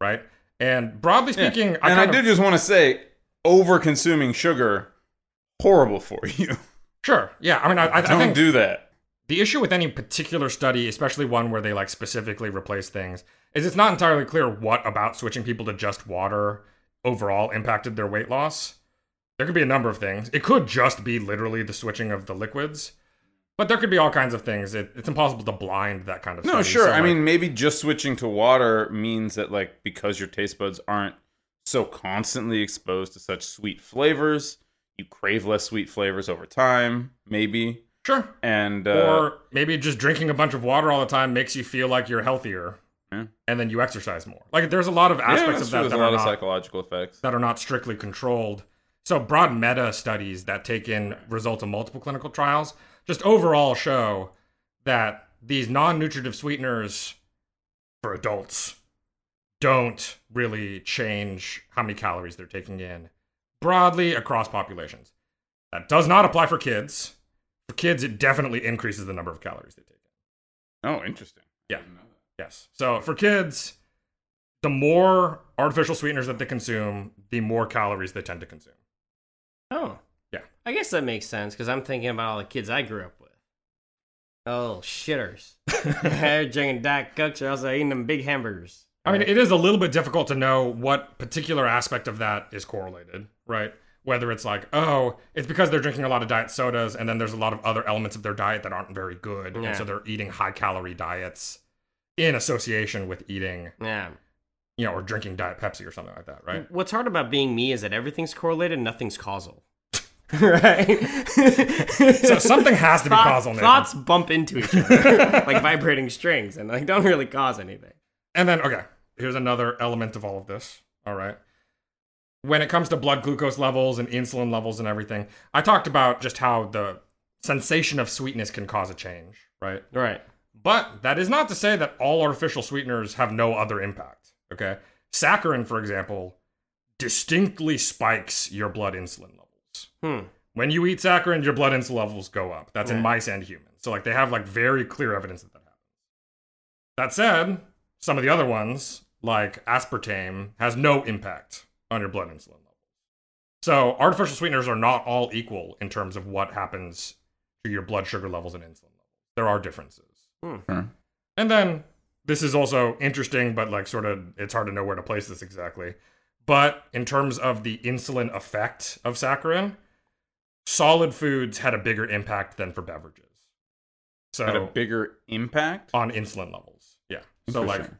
[SPEAKER 5] right? And broadly
[SPEAKER 6] Yeah.
[SPEAKER 5] speaking, I
[SPEAKER 6] and I
[SPEAKER 5] kind
[SPEAKER 6] did
[SPEAKER 5] of,
[SPEAKER 6] just want to say over consuming sugar horrible for [laughs] you.
[SPEAKER 5] sure, yeah. I mean, I, I, I
[SPEAKER 6] don't
[SPEAKER 5] think
[SPEAKER 6] do that.
[SPEAKER 5] the issue with any particular study, especially one where they like specifically replace things, is it's not entirely clear what about switching people to just water overall impacted their weight loss. There could be a number of things. It could just be literally the switching of the liquids, but there could be all kinds of things. It, it's impossible to blind that kind of.
[SPEAKER 6] No,
[SPEAKER 5] study.
[SPEAKER 6] sure.
[SPEAKER 5] So,
[SPEAKER 6] I
[SPEAKER 5] like,
[SPEAKER 6] mean, maybe just switching to water means that like because your taste buds aren't so constantly exposed to such sweet flavors, you crave less sweet flavors over time, maybe.
[SPEAKER 5] sure.
[SPEAKER 6] And uh,
[SPEAKER 5] or maybe just drinking a bunch of water all the time makes you feel like you're healthier,
[SPEAKER 6] Yeah.
[SPEAKER 5] and then you exercise more. Like there's a lot of
[SPEAKER 6] Yeah,
[SPEAKER 5] aspects
[SPEAKER 6] that's
[SPEAKER 5] of
[SPEAKER 6] true.
[SPEAKER 5] that
[SPEAKER 6] There's
[SPEAKER 5] that
[SPEAKER 6] a lot
[SPEAKER 5] are
[SPEAKER 6] of
[SPEAKER 5] not
[SPEAKER 6] psychological effects.
[SPEAKER 5] that are not strictly controlled. So broad meta studies that take in results of multiple clinical trials just overall show that these non-nutritive sweeteners for adults don't really change how many calories they're taking in broadly across populations. That does not apply for kids. For kids, it definitely increases the number of calories they take.
[SPEAKER 6] Oh, interesting.
[SPEAKER 5] Yeah. Yes. So for kids, the more artificial sweeteners that they consume, the more calories they tend to consume.
[SPEAKER 4] Oh.
[SPEAKER 5] Yeah.
[SPEAKER 4] I guess that makes sense because I'm thinking about all the kids I grew up with. Oh,
[SPEAKER 5] [laughs]
[SPEAKER 4] shitters. They're drinking Diet Cokes or else they're eating them big hamburgers.
[SPEAKER 5] I mean, it is a little bit difficult to know what particular aspect of that is correlated, right? Whether it's like, oh, it's because they're drinking a lot of diet sodas, and then there's a lot of other elements of their diet that aren't very good,
[SPEAKER 4] Yeah.
[SPEAKER 5] and so they're eating high calorie diets in association with eating,
[SPEAKER 4] Yeah.
[SPEAKER 5] you know, or drinking diet Pepsi or something like that, right?
[SPEAKER 4] What's hard about being me is that everything's correlated, nothing's causal. [laughs] right? so
[SPEAKER 5] So something has to be causal. Nathan.
[SPEAKER 4] Thoughts bump into each other like vibrating strings and like don't really cause anything.
[SPEAKER 5] And then, okay, here's another element of all of this. All right. When it comes to blood glucose levels and insulin levels and everything, I talked about just how the sensation of sweetness can cause a change, right?
[SPEAKER 4] Right.
[SPEAKER 5] But that is not to say that all artificial sweeteners have no other impact, okay? Saccharin, for example, distinctly spikes your blood insulin levels.
[SPEAKER 4] Hmm.
[SPEAKER 5] When you eat saccharin, your blood insulin levels go up. That's in
[SPEAKER 4] Right.
[SPEAKER 5] mice and humans. So like they have like very clear evidence that that happens. That said, some of the other ones, like aspartame, has no impact on your blood insulin levels. So artificial sweeteners are not all equal in terms of what happens to your blood sugar levels and insulin levels. There are differences.
[SPEAKER 6] Sure.
[SPEAKER 5] And then this is also interesting, but like sort of it's hard to know where to place this exactly. But in terms of the insulin effect of saccharin, solid foods had a bigger impact than for beverages. So
[SPEAKER 6] Had a bigger impact.
[SPEAKER 4] Oh,
[SPEAKER 5] on insulin levels. Yeah. So like
[SPEAKER 6] Interesting.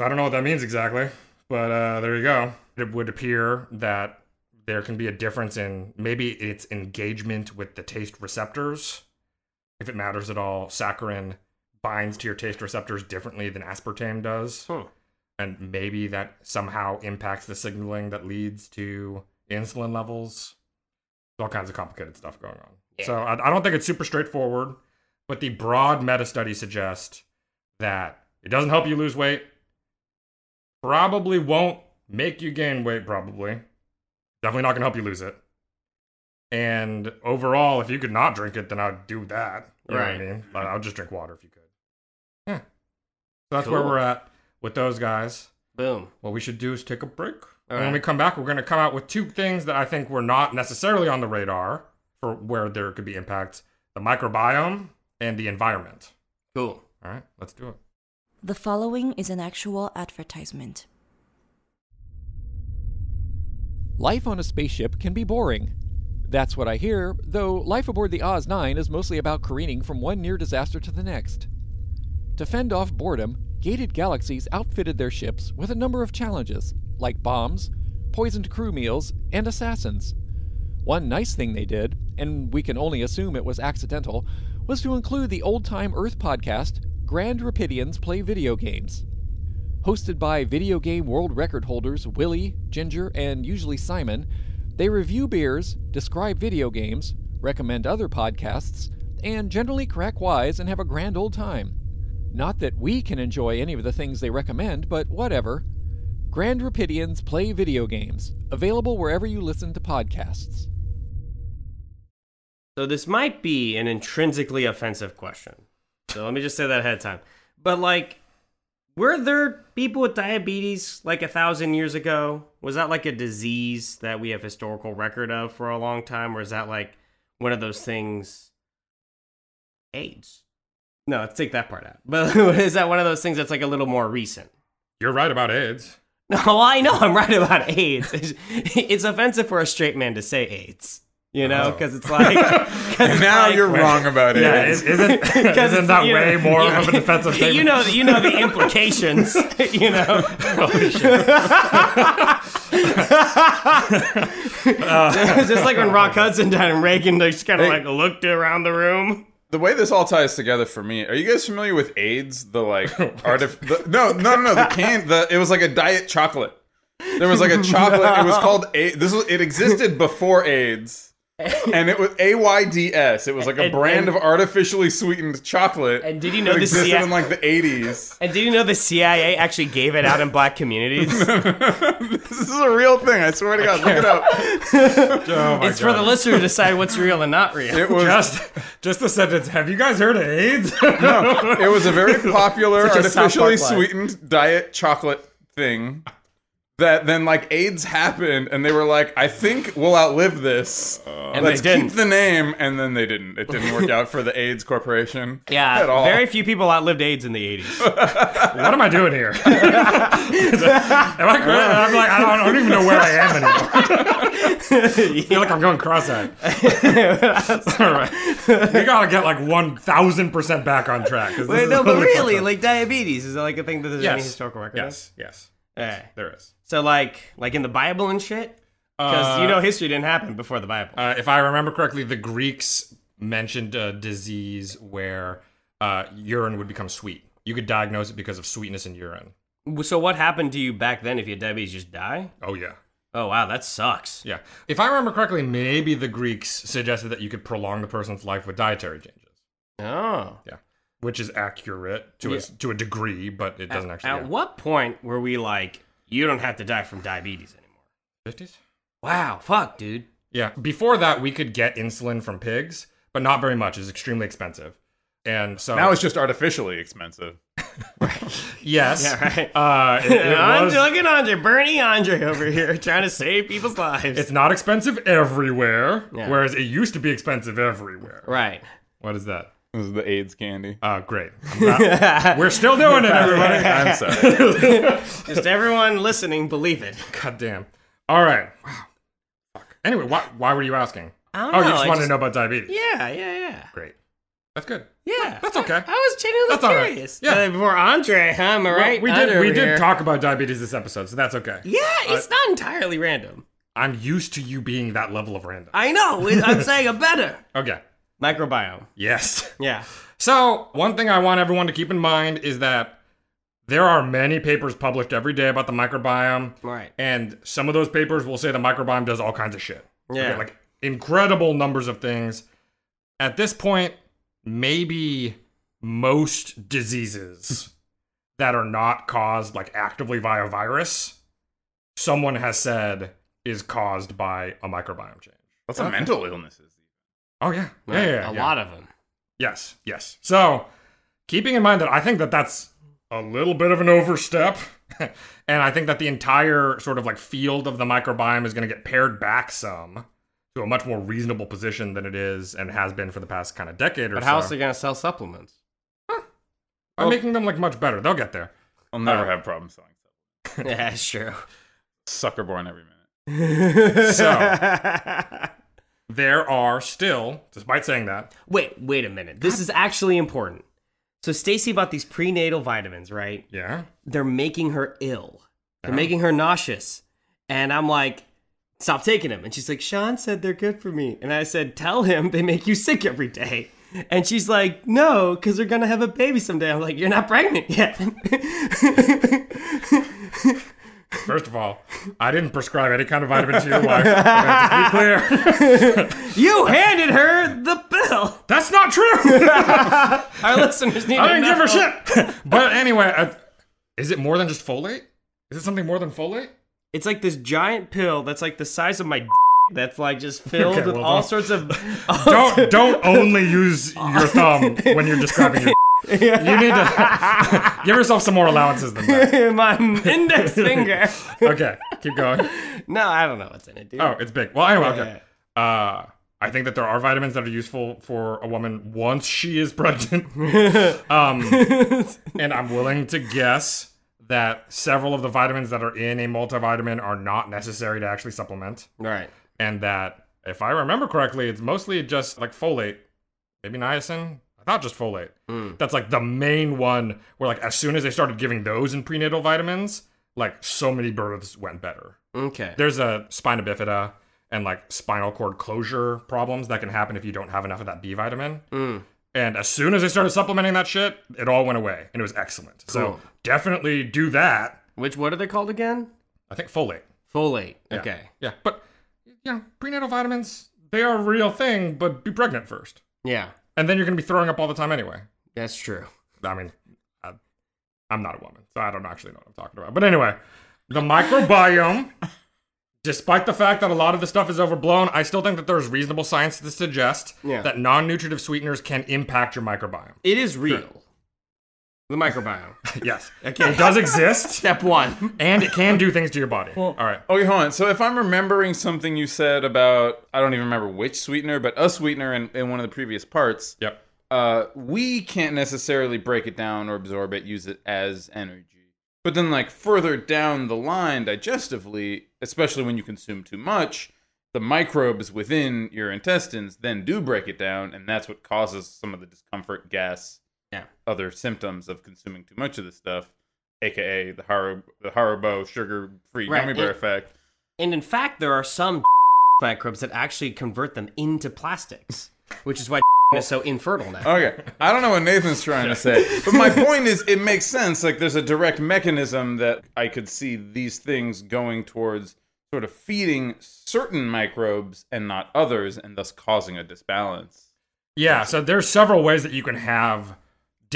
[SPEAKER 5] I don't know what that means exactly, but uh, there you go. It would appear that there can be a difference in maybe its engagement with the taste receptors, if it matters at all. Saccharin binds to your taste receptors differently than aspartame does,
[SPEAKER 4] Hmm.
[SPEAKER 5] and maybe that somehow impacts the signaling that leads to insulin levels. All kinds of complicated stuff going on. So I, I don't think it's super straightforward, but the broad meta study suggests that it doesn't help you lose weight probably won't make you gain weight probably definitely not going to help you lose it and overall if you could not drink it then i'd do that you know
[SPEAKER 4] Right.
[SPEAKER 5] what i mean Like, i'll just drink water if you could yeah so that's where
[SPEAKER 4] Cool.
[SPEAKER 5] we're at with those guys
[SPEAKER 4] Boom.
[SPEAKER 5] what we should do is take a break and when we come back, we're going to come out with two things that I think were not necessarily on the radar for where there could be impacts the microbiome and the environment.
[SPEAKER 4] Cool.
[SPEAKER 5] All right, let's do it.
[SPEAKER 8] The following is an actual advertisement.
[SPEAKER 9] Life on a spaceship can be boring. That's what I hear, though life aboard the Oz 9 is mostly about careening from one near disaster to the next. To fend off boredom, Gated Galaxies outfitted their ships with a number of challenges, like bombs, poisoned crew meals, and assassins. One nice thing they did, and we can only assume it was accidental, was to include the old time Earth podcast, Grand Rapidians Play Video Games. Hosted by video game world record holders Willie, Ginger, and usually Simon, they review beers, describe video games, recommend other podcasts, and generally crack wise and have a grand old time. Not that we can enjoy any of the things they recommend, but whatever. Grand Rapidians Play Video Games, available wherever you listen to podcasts.
[SPEAKER 4] So this might be an intrinsically offensive question. So let me just say that ahead of time. But like, were there people with diabetes like a thousand years ago? Was that like a disease that we have historical record of for a long time, or is that like one of those things? AIDS. No, let's take that part out. But [laughs] is that one of those things that's like a little more recent?
[SPEAKER 5] You're right about AIDS.
[SPEAKER 4] [laughs] No, I know I'm right about AIDS. It's, it's offensive for a straight man to say AIDS. You know,
[SPEAKER 5] Oh.
[SPEAKER 4] because it's like
[SPEAKER 5] [laughs]
[SPEAKER 4] 'cause it's
[SPEAKER 6] now
[SPEAKER 4] like-
[SPEAKER 6] you're wrong about it.
[SPEAKER 5] Yeah, is, [laughs] isn't, isn't
[SPEAKER 4] it's,
[SPEAKER 5] that
[SPEAKER 4] you
[SPEAKER 5] way
[SPEAKER 4] know-
[SPEAKER 5] more
[SPEAKER 4] you-
[SPEAKER 5] of a defensive
[SPEAKER 4] [laughs]
[SPEAKER 5] statement?
[SPEAKER 4] You know, you know
[SPEAKER 5] [laughs]
[SPEAKER 4] the implications. [laughs] you know, [laughs] just like when
[SPEAKER 5] [laughs] Oh,
[SPEAKER 4] Rock Hudson died and Reagan they just kind of
[SPEAKER 6] Hey.
[SPEAKER 4] like looked around the room.
[SPEAKER 6] The way this all ties together for me, are you guys familiar with AIDS?
[SPEAKER 4] [laughs]
[SPEAKER 6] The like artif- the, no, no, no, no. The can the it was like a diet chocolate. There was like a chocolate. It was called A. This was it existed
[SPEAKER 4] [laughs]
[SPEAKER 6] before AIDS, and it was AYDS. It was like a
[SPEAKER 4] And-
[SPEAKER 6] brand
[SPEAKER 4] and-
[SPEAKER 6] of artificially sweetened chocolate.
[SPEAKER 4] And did you know
[SPEAKER 6] that
[SPEAKER 4] the
[SPEAKER 6] existed
[SPEAKER 4] CIA
[SPEAKER 6] in like the eighties?
[SPEAKER 4] And did you know the CIA actually gave it out in black communities?
[SPEAKER 5] [laughs] Oh
[SPEAKER 6] This is a real thing. I swear to God, look it up.
[SPEAKER 4] [laughs]
[SPEAKER 5] Oh my
[SPEAKER 4] it's for the
[SPEAKER 5] God.
[SPEAKER 4] listener to decide what's real and not real. [laughs]
[SPEAKER 6] It was
[SPEAKER 5] Just, just the sentence. Have you guys heard of AIDS?
[SPEAKER 6] it was a [laughs] very popular
[SPEAKER 4] Such a South
[SPEAKER 6] artificially
[SPEAKER 4] Park line.
[SPEAKER 6] sweetened diet chocolate thing that then like AIDS happened and they were like, I think we'll outlive this.
[SPEAKER 4] and
[SPEAKER 6] Let's
[SPEAKER 4] they didn't.
[SPEAKER 6] keep the name, and then they didn't. It didn't work out for the AIDS Corporation.
[SPEAKER 4] yeah,
[SPEAKER 6] at all.
[SPEAKER 4] very few people outlived AIDS in the
[SPEAKER 5] [laughs]
[SPEAKER 4] 80s.
[SPEAKER 5] what am I
[SPEAKER 4] [laughs]
[SPEAKER 5] doing here? am I crazy? I'm like, I don't, I don't even know where I am anymore. I feel like I'm going cross-eyed. All right. We gotta get like 1,000% back on track. 'cause
[SPEAKER 4] [laughs]
[SPEAKER 5] this
[SPEAKER 4] Wait,
[SPEAKER 5] is
[SPEAKER 4] no, but
[SPEAKER 5] really fucked
[SPEAKER 4] really,
[SPEAKER 5] up.
[SPEAKER 4] like diabetes is that like a thing that there's any
[SPEAKER 5] yes.
[SPEAKER 4] historical record. of?
[SPEAKER 5] Yes, yes,
[SPEAKER 4] Alright.
[SPEAKER 5] there is.
[SPEAKER 4] So like, like in the Bible and shit, because you know history didn't happen before the Bible.
[SPEAKER 5] Uh, if I remember correctly, the Greeks mentioned a disease where uh, urine would become sweet. You could diagnose it because of sweetness in urine.
[SPEAKER 4] so what happened to you back then if you had diabetes? You just die?
[SPEAKER 5] Oh, yeah.
[SPEAKER 4] Oh wow, that sucks.
[SPEAKER 5] Yeah. If I remember correctly, maybe the Greeks suggested that you could prolong the person's life with dietary changes.
[SPEAKER 4] Oh.
[SPEAKER 5] Yeah. Which is accurate to, a, to a degree, but it doesn't actually.
[SPEAKER 4] At
[SPEAKER 5] yeah.
[SPEAKER 4] what point were we like, you don't have to die from diabetes anymore?
[SPEAKER 5] 50s?
[SPEAKER 4] Wow, fuck, dude.
[SPEAKER 5] Yeah. Before that, we could get insulin from pigs, but not very much. It was extremely expensive. And so.
[SPEAKER 6] Now it's just artificially expensive.
[SPEAKER 5] Yes.
[SPEAKER 4] Yeah, right.
[SPEAKER 5] Uh, [laughs]
[SPEAKER 4] [laughs]
[SPEAKER 5] it- it was-
[SPEAKER 4] Andre, look at Andre, Bernie Andre over here [laughs] trying to save people's lives.
[SPEAKER 5] It's not expensive everywhere,
[SPEAKER 4] Yeah.
[SPEAKER 5] whereas it used to be expensive everywhere.
[SPEAKER 4] right.
[SPEAKER 5] What is that?
[SPEAKER 6] This is the AIDS candy.
[SPEAKER 5] Oh, great. I'm proud- [laughs] [laughs] We're still doing
[SPEAKER 4] [laughs]
[SPEAKER 5] it, everybody.
[SPEAKER 6] [laughs] I'm sorry.
[SPEAKER 4] Just everyone listening, believe it.
[SPEAKER 5] God damn. All right. Wow. Fuck. Anyway, why, why were you asking?
[SPEAKER 4] I don't
[SPEAKER 5] oh,
[SPEAKER 4] know,
[SPEAKER 5] you just
[SPEAKER 4] I
[SPEAKER 5] wanted
[SPEAKER 4] just-
[SPEAKER 5] to know about diabetes.
[SPEAKER 4] Yeah, yeah, yeah.
[SPEAKER 5] Great. That's good.
[SPEAKER 4] Yeah.
[SPEAKER 5] That's okay.
[SPEAKER 4] I was genuinely
[SPEAKER 5] That's all right.
[SPEAKER 4] curious.
[SPEAKER 5] Yeah.
[SPEAKER 4] Uh, before Andre, huh? Am I right?
[SPEAKER 5] we
[SPEAKER 4] Andre
[SPEAKER 5] did we
[SPEAKER 4] over
[SPEAKER 5] did
[SPEAKER 4] here.
[SPEAKER 5] talk Uh, about diabetes this episode, so that's okay.
[SPEAKER 4] Yeah, it's not entirely random.
[SPEAKER 5] I'm used to you being that level of random.
[SPEAKER 4] I know. it- I'm saying a better
[SPEAKER 5] Okay.
[SPEAKER 4] [laughs] microbiome.
[SPEAKER 5] Yes.
[SPEAKER 4] Yeah.
[SPEAKER 5] So, one thing I want everyone to keep in mind is that there are many papers published every day about the microbiome.
[SPEAKER 4] Right.
[SPEAKER 5] And some of those papers will say the microbiome does all kinds of shit.
[SPEAKER 4] Yeah.
[SPEAKER 5] like incredible numbers of things. At this point, maybe most diseases that are not caused like actively via virus, someone has said is caused by a microbiome change.
[SPEAKER 6] What's a mental illnesses?
[SPEAKER 5] Oh yeah. Yeah, yeah, yeah,
[SPEAKER 4] a
[SPEAKER 5] yeah.
[SPEAKER 4] lot of them.
[SPEAKER 5] Yes, yes. So, keeping in mind that I think that that's a little bit of an overstep [laughs] and I think that the entire sort of like field of the microbiome is going to get pared back some to a much more reasonable position than it is and has been for the past kind of decade or
[SPEAKER 4] But
[SPEAKER 5] so.
[SPEAKER 4] how else are they going to sell supplements?
[SPEAKER 5] By making them look much better, they'll get there.
[SPEAKER 6] I'll never have problems selling
[SPEAKER 4] [laughs]
[SPEAKER 6] stuff.
[SPEAKER 4] yeah, that's true.
[SPEAKER 6] Sucker born every minute.
[SPEAKER 5] So there are still, despite saying that,
[SPEAKER 4] [laughs] Wait, wait a minute. This is actually important. So Stacy bought these prenatal vitamins, right?
[SPEAKER 5] yeah,
[SPEAKER 4] They're making her ill.
[SPEAKER 5] Oh.
[SPEAKER 4] They're making her nauseous. And I'm like, stop taking them. And she's like, Sean said they're good for me. And I said, tell him they make you sick every day. And she's like, no, because we're going to have a baby someday. I'm like, you're not pregnant yet. [laughs]
[SPEAKER 5] first of all, I didn't prescribe any kind of vitamin to your wife. To be clear,
[SPEAKER 4] you handed her the pill. [laughs]
[SPEAKER 5] that's not true.
[SPEAKER 4] Our listeners need
[SPEAKER 5] I
[SPEAKER 4] to
[SPEAKER 5] didn't
[SPEAKER 4] know.
[SPEAKER 5] give her shit. [laughs] but anyway, I, is it more than just folate? Is it something more than [laughs] folate?
[SPEAKER 4] It's like this giant pill that's like the size of my [laughs] d- that's like just filled
[SPEAKER 5] Okay,
[SPEAKER 4] with
[SPEAKER 5] well,
[SPEAKER 4] all
[SPEAKER 5] don't-
[SPEAKER 4] sorts of
[SPEAKER 5] [laughs] Don't
[SPEAKER 4] [laughs]
[SPEAKER 5] don't only use [laughs] your thumb when you're describing your. [laughs] You need to [laughs] give yourself some more allowances than [laughs]
[SPEAKER 4] [laughs]
[SPEAKER 5] that.
[SPEAKER 4] my index finger.
[SPEAKER 5] [laughs] Okay, keep going.
[SPEAKER 4] No, I don't know what's in it, dude.
[SPEAKER 5] Oh, it's big. Well, anyway,
[SPEAKER 4] Yeah,
[SPEAKER 5] okay. Uh, I think that there are vitamins that are useful for a woman once she is pregnant. [laughs] um, and I'm willing to guess that several of the vitamins that are in a multivitamin are not necessary to actually supplement.
[SPEAKER 4] [laughs] Right.
[SPEAKER 5] And that, if I remember correctly, it's mostly just like folate, maybe niacin. I thought just folate. That's like the main one where, like, as soon as they started giving those in prenatal vitamins, like, so many births went better
[SPEAKER 4] Okay.
[SPEAKER 5] there's a spina bifida and like spinal cord closure problems that can happen if you don't have enough of that B vitamin. And as soon as they started supplementing that shit, it all went away and it was excellent. So
[SPEAKER 4] Cool.
[SPEAKER 5] definitely do that.
[SPEAKER 4] Which what are they called again?
[SPEAKER 5] I think folate.
[SPEAKER 4] Folate.
[SPEAKER 5] Yeah.
[SPEAKER 4] Okay.
[SPEAKER 5] Yeah. But you know, prenatal vitamins, they are a real thing, but be pregnant first.
[SPEAKER 4] Yeah,
[SPEAKER 5] And then you're going to be throwing up all the time anyway.
[SPEAKER 4] that's true.
[SPEAKER 5] I mean, I, I'm not a woman, so I don't actually know what I'm talking about. But anyway, the microbiome, despite the fact that a lot of the stuff is overblown, I still think that there's reasonable science to suggest
[SPEAKER 4] Yeah.
[SPEAKER 5] that non nutritive sweeteners can impact your microbiome.
[SPEAKER 4] It is real. The microbiome. [laughs]
[SPEAKER 5] yes.
[SPEAKER 4] Okay.
[SPEAKER 5] It does exist,
[SPEAKER 4] Step one.
[SPEAKER 5] and it can do things to your body. All right.
[SPEAKER 6] Okay, hold on. So if I'm remembering something you said about, I don't even remember which sweetener, but a sweetener in, in one of the previous parts,
[SPEAKER 5] Yep.
[SPEAKER 6] uh, we can't necessarily break it down or absorb it, use it as energy. But then, like further down the line, digestively, especially when you consume too much, the microbes within your intestines then do break it down, and that's what causes some of the discomfort, gas,
[SPEAKER 4] Yeah.
[SPEAKER 6] other symptoms of consuming too much of this stuff, aka the Haribo, the Haribo sugar-free
[SPEAKER 4] Right,
[SPEAKER 6] gummy bear
[SPEAKER 4] it-
[SPEAKER 6] effect.
[SPEAKER 4] And in fact, there are some [laughs] microbes that actually convert them into plastics, which is why [laughs] is so infertile now.
[SPEAKER 5] Oh.
[SPEAKER 6] Okay, I don't know what Nathan's trying to say, but my point is, it makes sense. Like, there's a direct mechanism that I could see these things going towards sort of feeding certain microbes and not others, and thus causing a disbalance.
[SPEAKER 5] Yeah, so there's several ways that you can have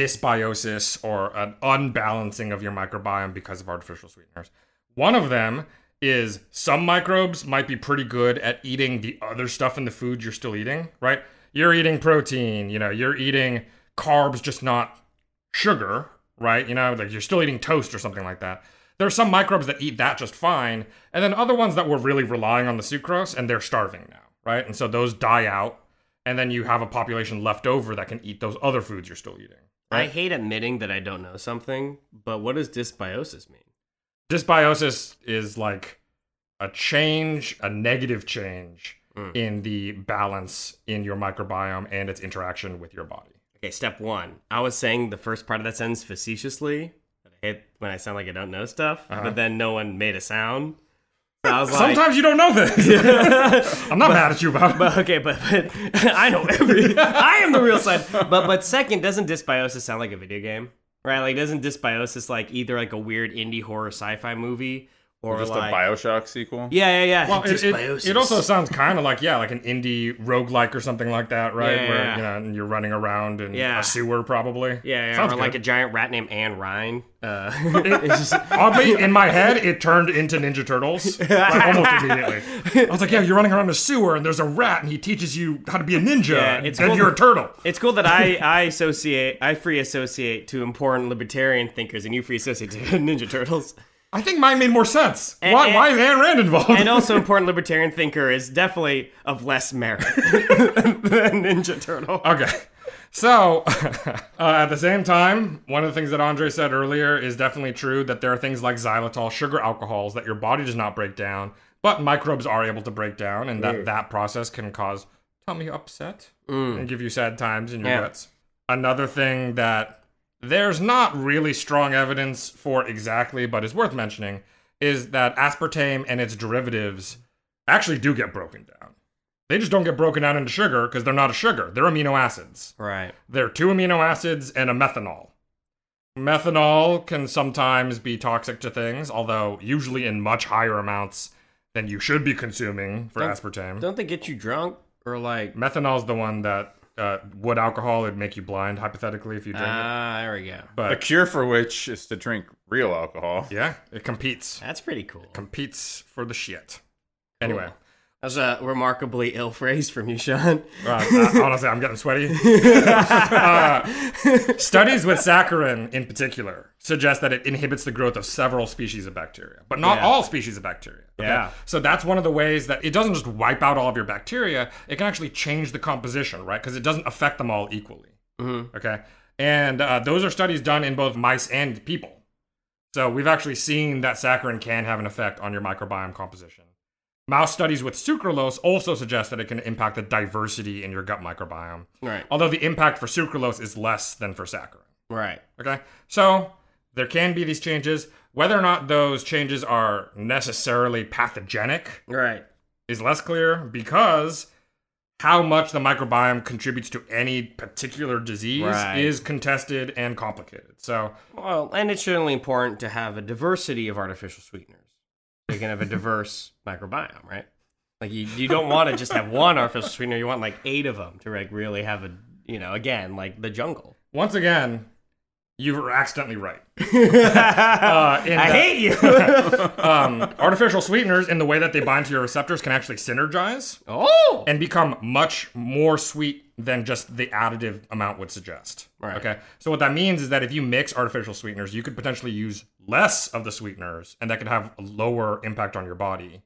[SPEAKER 5] dysbiosis or an unbalancing of your microbiome because of artificial sweeteners. One of them is some microbes might be pretty good at eating the other stuff in the food you're still eating, right? You're eating protein, you know, you're eating carbs, just not sugar, right? You know, like you're still eating toast or something like that. There are some microbes that eat that just fine, and then other ones that were really relying on the sucrose and they're starving now, right? And so those die out, and then you have a population left over that can eat those other foods you're still eating.
[SPEAKER 4] I hate admitting that I don't know something, but what does dysbiosis mean?
[SPEAKER 5] Dysbiosis is like a change, a negative change
[SPEAKER 4] Hmm.
[SPEAKER 5] in the balance in your microbiome and its interaction with your body.
[SPEAKER 4] Okay, step one. I was saying the first part of that sentence facetiously. that I hate when I sound like I don't know stuff,
[SPEAKER 5] Uh-huh.
[SPEAKER 4] but then no one made a sound. So I was like,
[SPEAKER 5] Sometimes you don't
[SPEAKER 4] [laughs]
[SPEAKER 5] know this. I'm not mad at you about it.
[SPEAKER 4] But okay, but, but [laughs] I know everything. I am the real side. But but second, doesn't dysbiosis sound like a video game? Right? Like doesn't dysbiosis like either like a weird indie horror sci-fi movie or
[SPEAKER 6] just
[SPEAKER 4] like
[SPEAKER 6] a Bioshock sequel.
[SPEAKER 4] Yeah, yeah, yeah.
[SPEAKER 5] Well, it, it,
[SPEAKER 4] Dysbiosis.
[SPEAKER 5] it also sounds kind of like yeah, like an indie roguelike or something like that, right?
[SPEAKER 4] Yeah,
[SPEAKER 5] Where
[SPEAKER 4] yeah.
[SPEAKER 5] you know and you're running around in
[SPEAKER 4] Yeah.
[SPEAKER 5] a sewer probably.
[SPEAKER 4] yeah, yeah,
[SPEAKER 5] sounds
[SPEAKER 4] or like a
[SPEAKER 5] good.
[SPEAKER 4] giant rat named Anne Ryan. Uh,
[SPEAKER 5] It's just- [laughs]
[SPEAKER 4] [laughs]
[SPEAKER 5] oddly in my head it turned into Ninja Turtles like, almost immediately. I was like, yeah, you're running around a sewer and there's a rat and he teaches you how to be a ninja.
[SPEAKER 4] Yeah, it's
[SPEAKER 5] and
[SPEAKER 4] cool
[SPEAKER 5] you're a
[SPEAKER 4] that-
[SPEAKER 5] turtle.
[SPEAKER 4] it's cool that I, I associate, I free associate to important libertarian thinkers, and you free associate to [laughs] Ninja Turtles.
[SPEAKER 5] I think mine made more sense.
[SPEAKER 4] And-
[SPEAKER 5] why,
[SPEAKER 4] and-
[SPEAKER 5] why is Anne Rand involved?
[SPEAKER 4] And also, important libertarian thinker is definitely of less merit [laughs] than Ninja Turtle.
[SPEAKER 5] [laughs] Okay. So, [laughs] uh, at the same time, one of the things that Andre said earlier is definitely true that there are things like xylitol, sugar alcohols that your body does not break down, but microbes are able to break down, and that, that process can cause tummy upset and give you sad times in your
[SPEAKER 4] Mm. Yeah.
[SPEAKER 5] guts. Another thing that there's not really strong evidence for exactly, but is worth mentioning, is that aspartame and its derivatives actually do get broken down. They just don't get broken down into sugar because they're not a sugar. They're amino acids.
[SPEAKER 4] Right.
[SPEAKER 5] They're two amino acids and a methanol. Methanol can sometimes be toxic to things, although usually in much higher amounts than you should be consuming for
[SPEAKER 4] Don't-
[SPEAKER 5] aspartame.
[SPEAKER 4] Don't they get you drunk or like?
[SPEAKER 5] Methanol is the one that uh, wood alcohol would make you blind, hypothetically, if you drink it.
[SPEAKER 4] Ah, there we go.
[SPEAKER 5] But
[SPEAKER 6] A cure for which is to drink real alcohol.
[SPEAKER 5] yeah, it competes.
[SPEAKER 4] That's pretty cool.
[SPEAKER 5] Competes for the shit. Anyway,
[SPEAKER 4] That's a remarkably ill phrase from you, Sean.
[SPEAKER 5] Uh, I- honestly, I'm
[SPEAKER 4] [laughs]
[SPEAKER 5] getting sweaty. Uh, studies with saccharin in particular suggest that it inhibits the growth of several species of bacteria, but not
[SPEAKER 4] Yeah.
[SPEAKER 5] all species of bacteria.
[SPEAKER 4] Yeah.
[SPEAKER 5] So that's one of the ways that it doesn't just wipe out all of your bacteria, it can actually change the composition, right? Because it doesn't affect them all equally. Okay. And uh, those are studies done in both mice and people. So we've actually seen that saccharin can have an effect on your microbiome composition. Mouse studies with sucralose also suggest that it can impact the diversity in your gut microbiome,
[SPEAKER 4] Right.
[SPEAKER 5] although the impact for sucralose is less than for saccharin.
[SPEAKER 4] Right.
[SPEAKER 5] Okay? So there can be these changes. Whether or not those changes are necessarily pathogenic
[SPEAKER 4] Right.
[SPEAKER 5] is less clear because how much the microbiome contributes to any particular disease
[SPEAKER 4] Right.
[SPEAKER 5] is contested and complicated. So
[SPEAKER 4] Well, and it's certainly important to have a diversity of artificial sweeteners. You can have a diverse [laughs] microbiome, right? Like you, you don't want to just
[SPEAKER 5] [laughs]
[SPEAKER 4] have one artificial sweetener. You want like eight of them to like really have a, you know, again like the jungle.
[SPEAKER 5] [laughs] once again, you were accidentally right.
[SPEAKER 4] I
[SPEAKER 5] Uh, in the-
[SPEAKER 4] hate
[SPEAKER 5] [laughs]
[SPEAKER 4] you.
[SPEAKER 5] Um, [laughs] artificial sweeteners, in the way that they bind to your receptors, can actually synergize
[SPEAKER 4] oh,
[SPEAKER 5] and become much more sweet than just the additive amount would suggest.
[SPEAKER 4] Right.
[SPEAKER 5] Okay. So what that means is that if you mix artificial sweeteners, you could potentially use less of the sweeteners, and that could have a lower impact on your body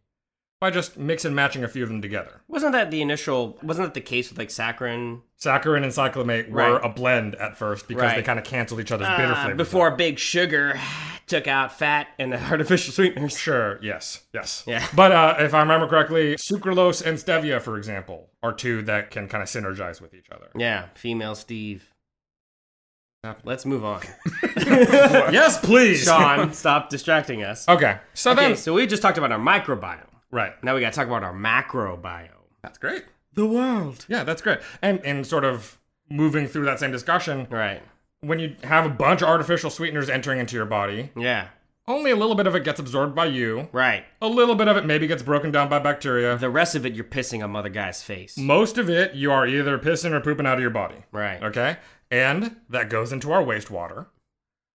[SPEAKER 5] by just mix and matching a few of them together.
[SPEAKER 4] wasn't that the initial? Wasn't that the case with like saccharin?
[SPEAKER 5] Saccharin and cyclamate were
[SPEAKER 4] Right.
[SPEAKER 5] a blend at first because
[SPEAKER 4] Right.
[SPEAKER 5] they kind of canceled each other's bitter
[SPEAKER 4] Ah,
[SPEAKER 5] flavors.
[SPEAKER 4] before Big Sugar [sighs] took out fat and the [laughs] artificial sweeteners.
[SPEAKER 5] Sure. Yes. Yes.
[SPEAKER 4] Yeah. [laughs]
[SPEAKER 5] But uh, if I remember correctly, sucralose and stevia, for example, are two that can kind of synergize with each
[SPEAKER 4] [laughs]
[SPEAKER 5] other.
[SPEAKER 4] Yeah, female Steve.
[SPEAKER 5] Happening.
[SPEAKER 4] Let's move
[SPEAKER 5] [laughs]
[SPEAKER 4] on.
[SPEAKER 5] yes, please.
[SPEAKER 4] Sean, stop distracting us.
[SPEAKER 5] [laughs] Okay. So
[SPEAKER 4] Okay,
[SPEAKER 5] then,
[SPEAKER 4] so we just talked about our microbiome.
[SPEAKER 5] right.
[SPEAKER 4] Now we got to talk about our macrobiome.
[SPEAKER 5] That's great.
[SPEAKER 4] The world.
[SPEAKER 5] Yeah, that's great. And and sort of moving through that same discussion,
[SPEAKER 4] Right.
[SPEAKER 5] when you have a bunch of artificial sweeteners entering into your body,
[SPEAKER 4] Yeah.
[SPEAKER 5] only a little bit of it gets absorbed by you.
[SPEAKER 4] Right.
[SPEAKER 5] A little bit of it maybe gets broken down by bacteria.
[SPEAKER 4] The rest of it, you're pissing on other guy's face.
[SPEAKER 5] Most of it, you are either pissing or pooping out of your body.
[SPEAKER 4] Right.
[SPEAKER 5] Okay? And that goes into our wastewater.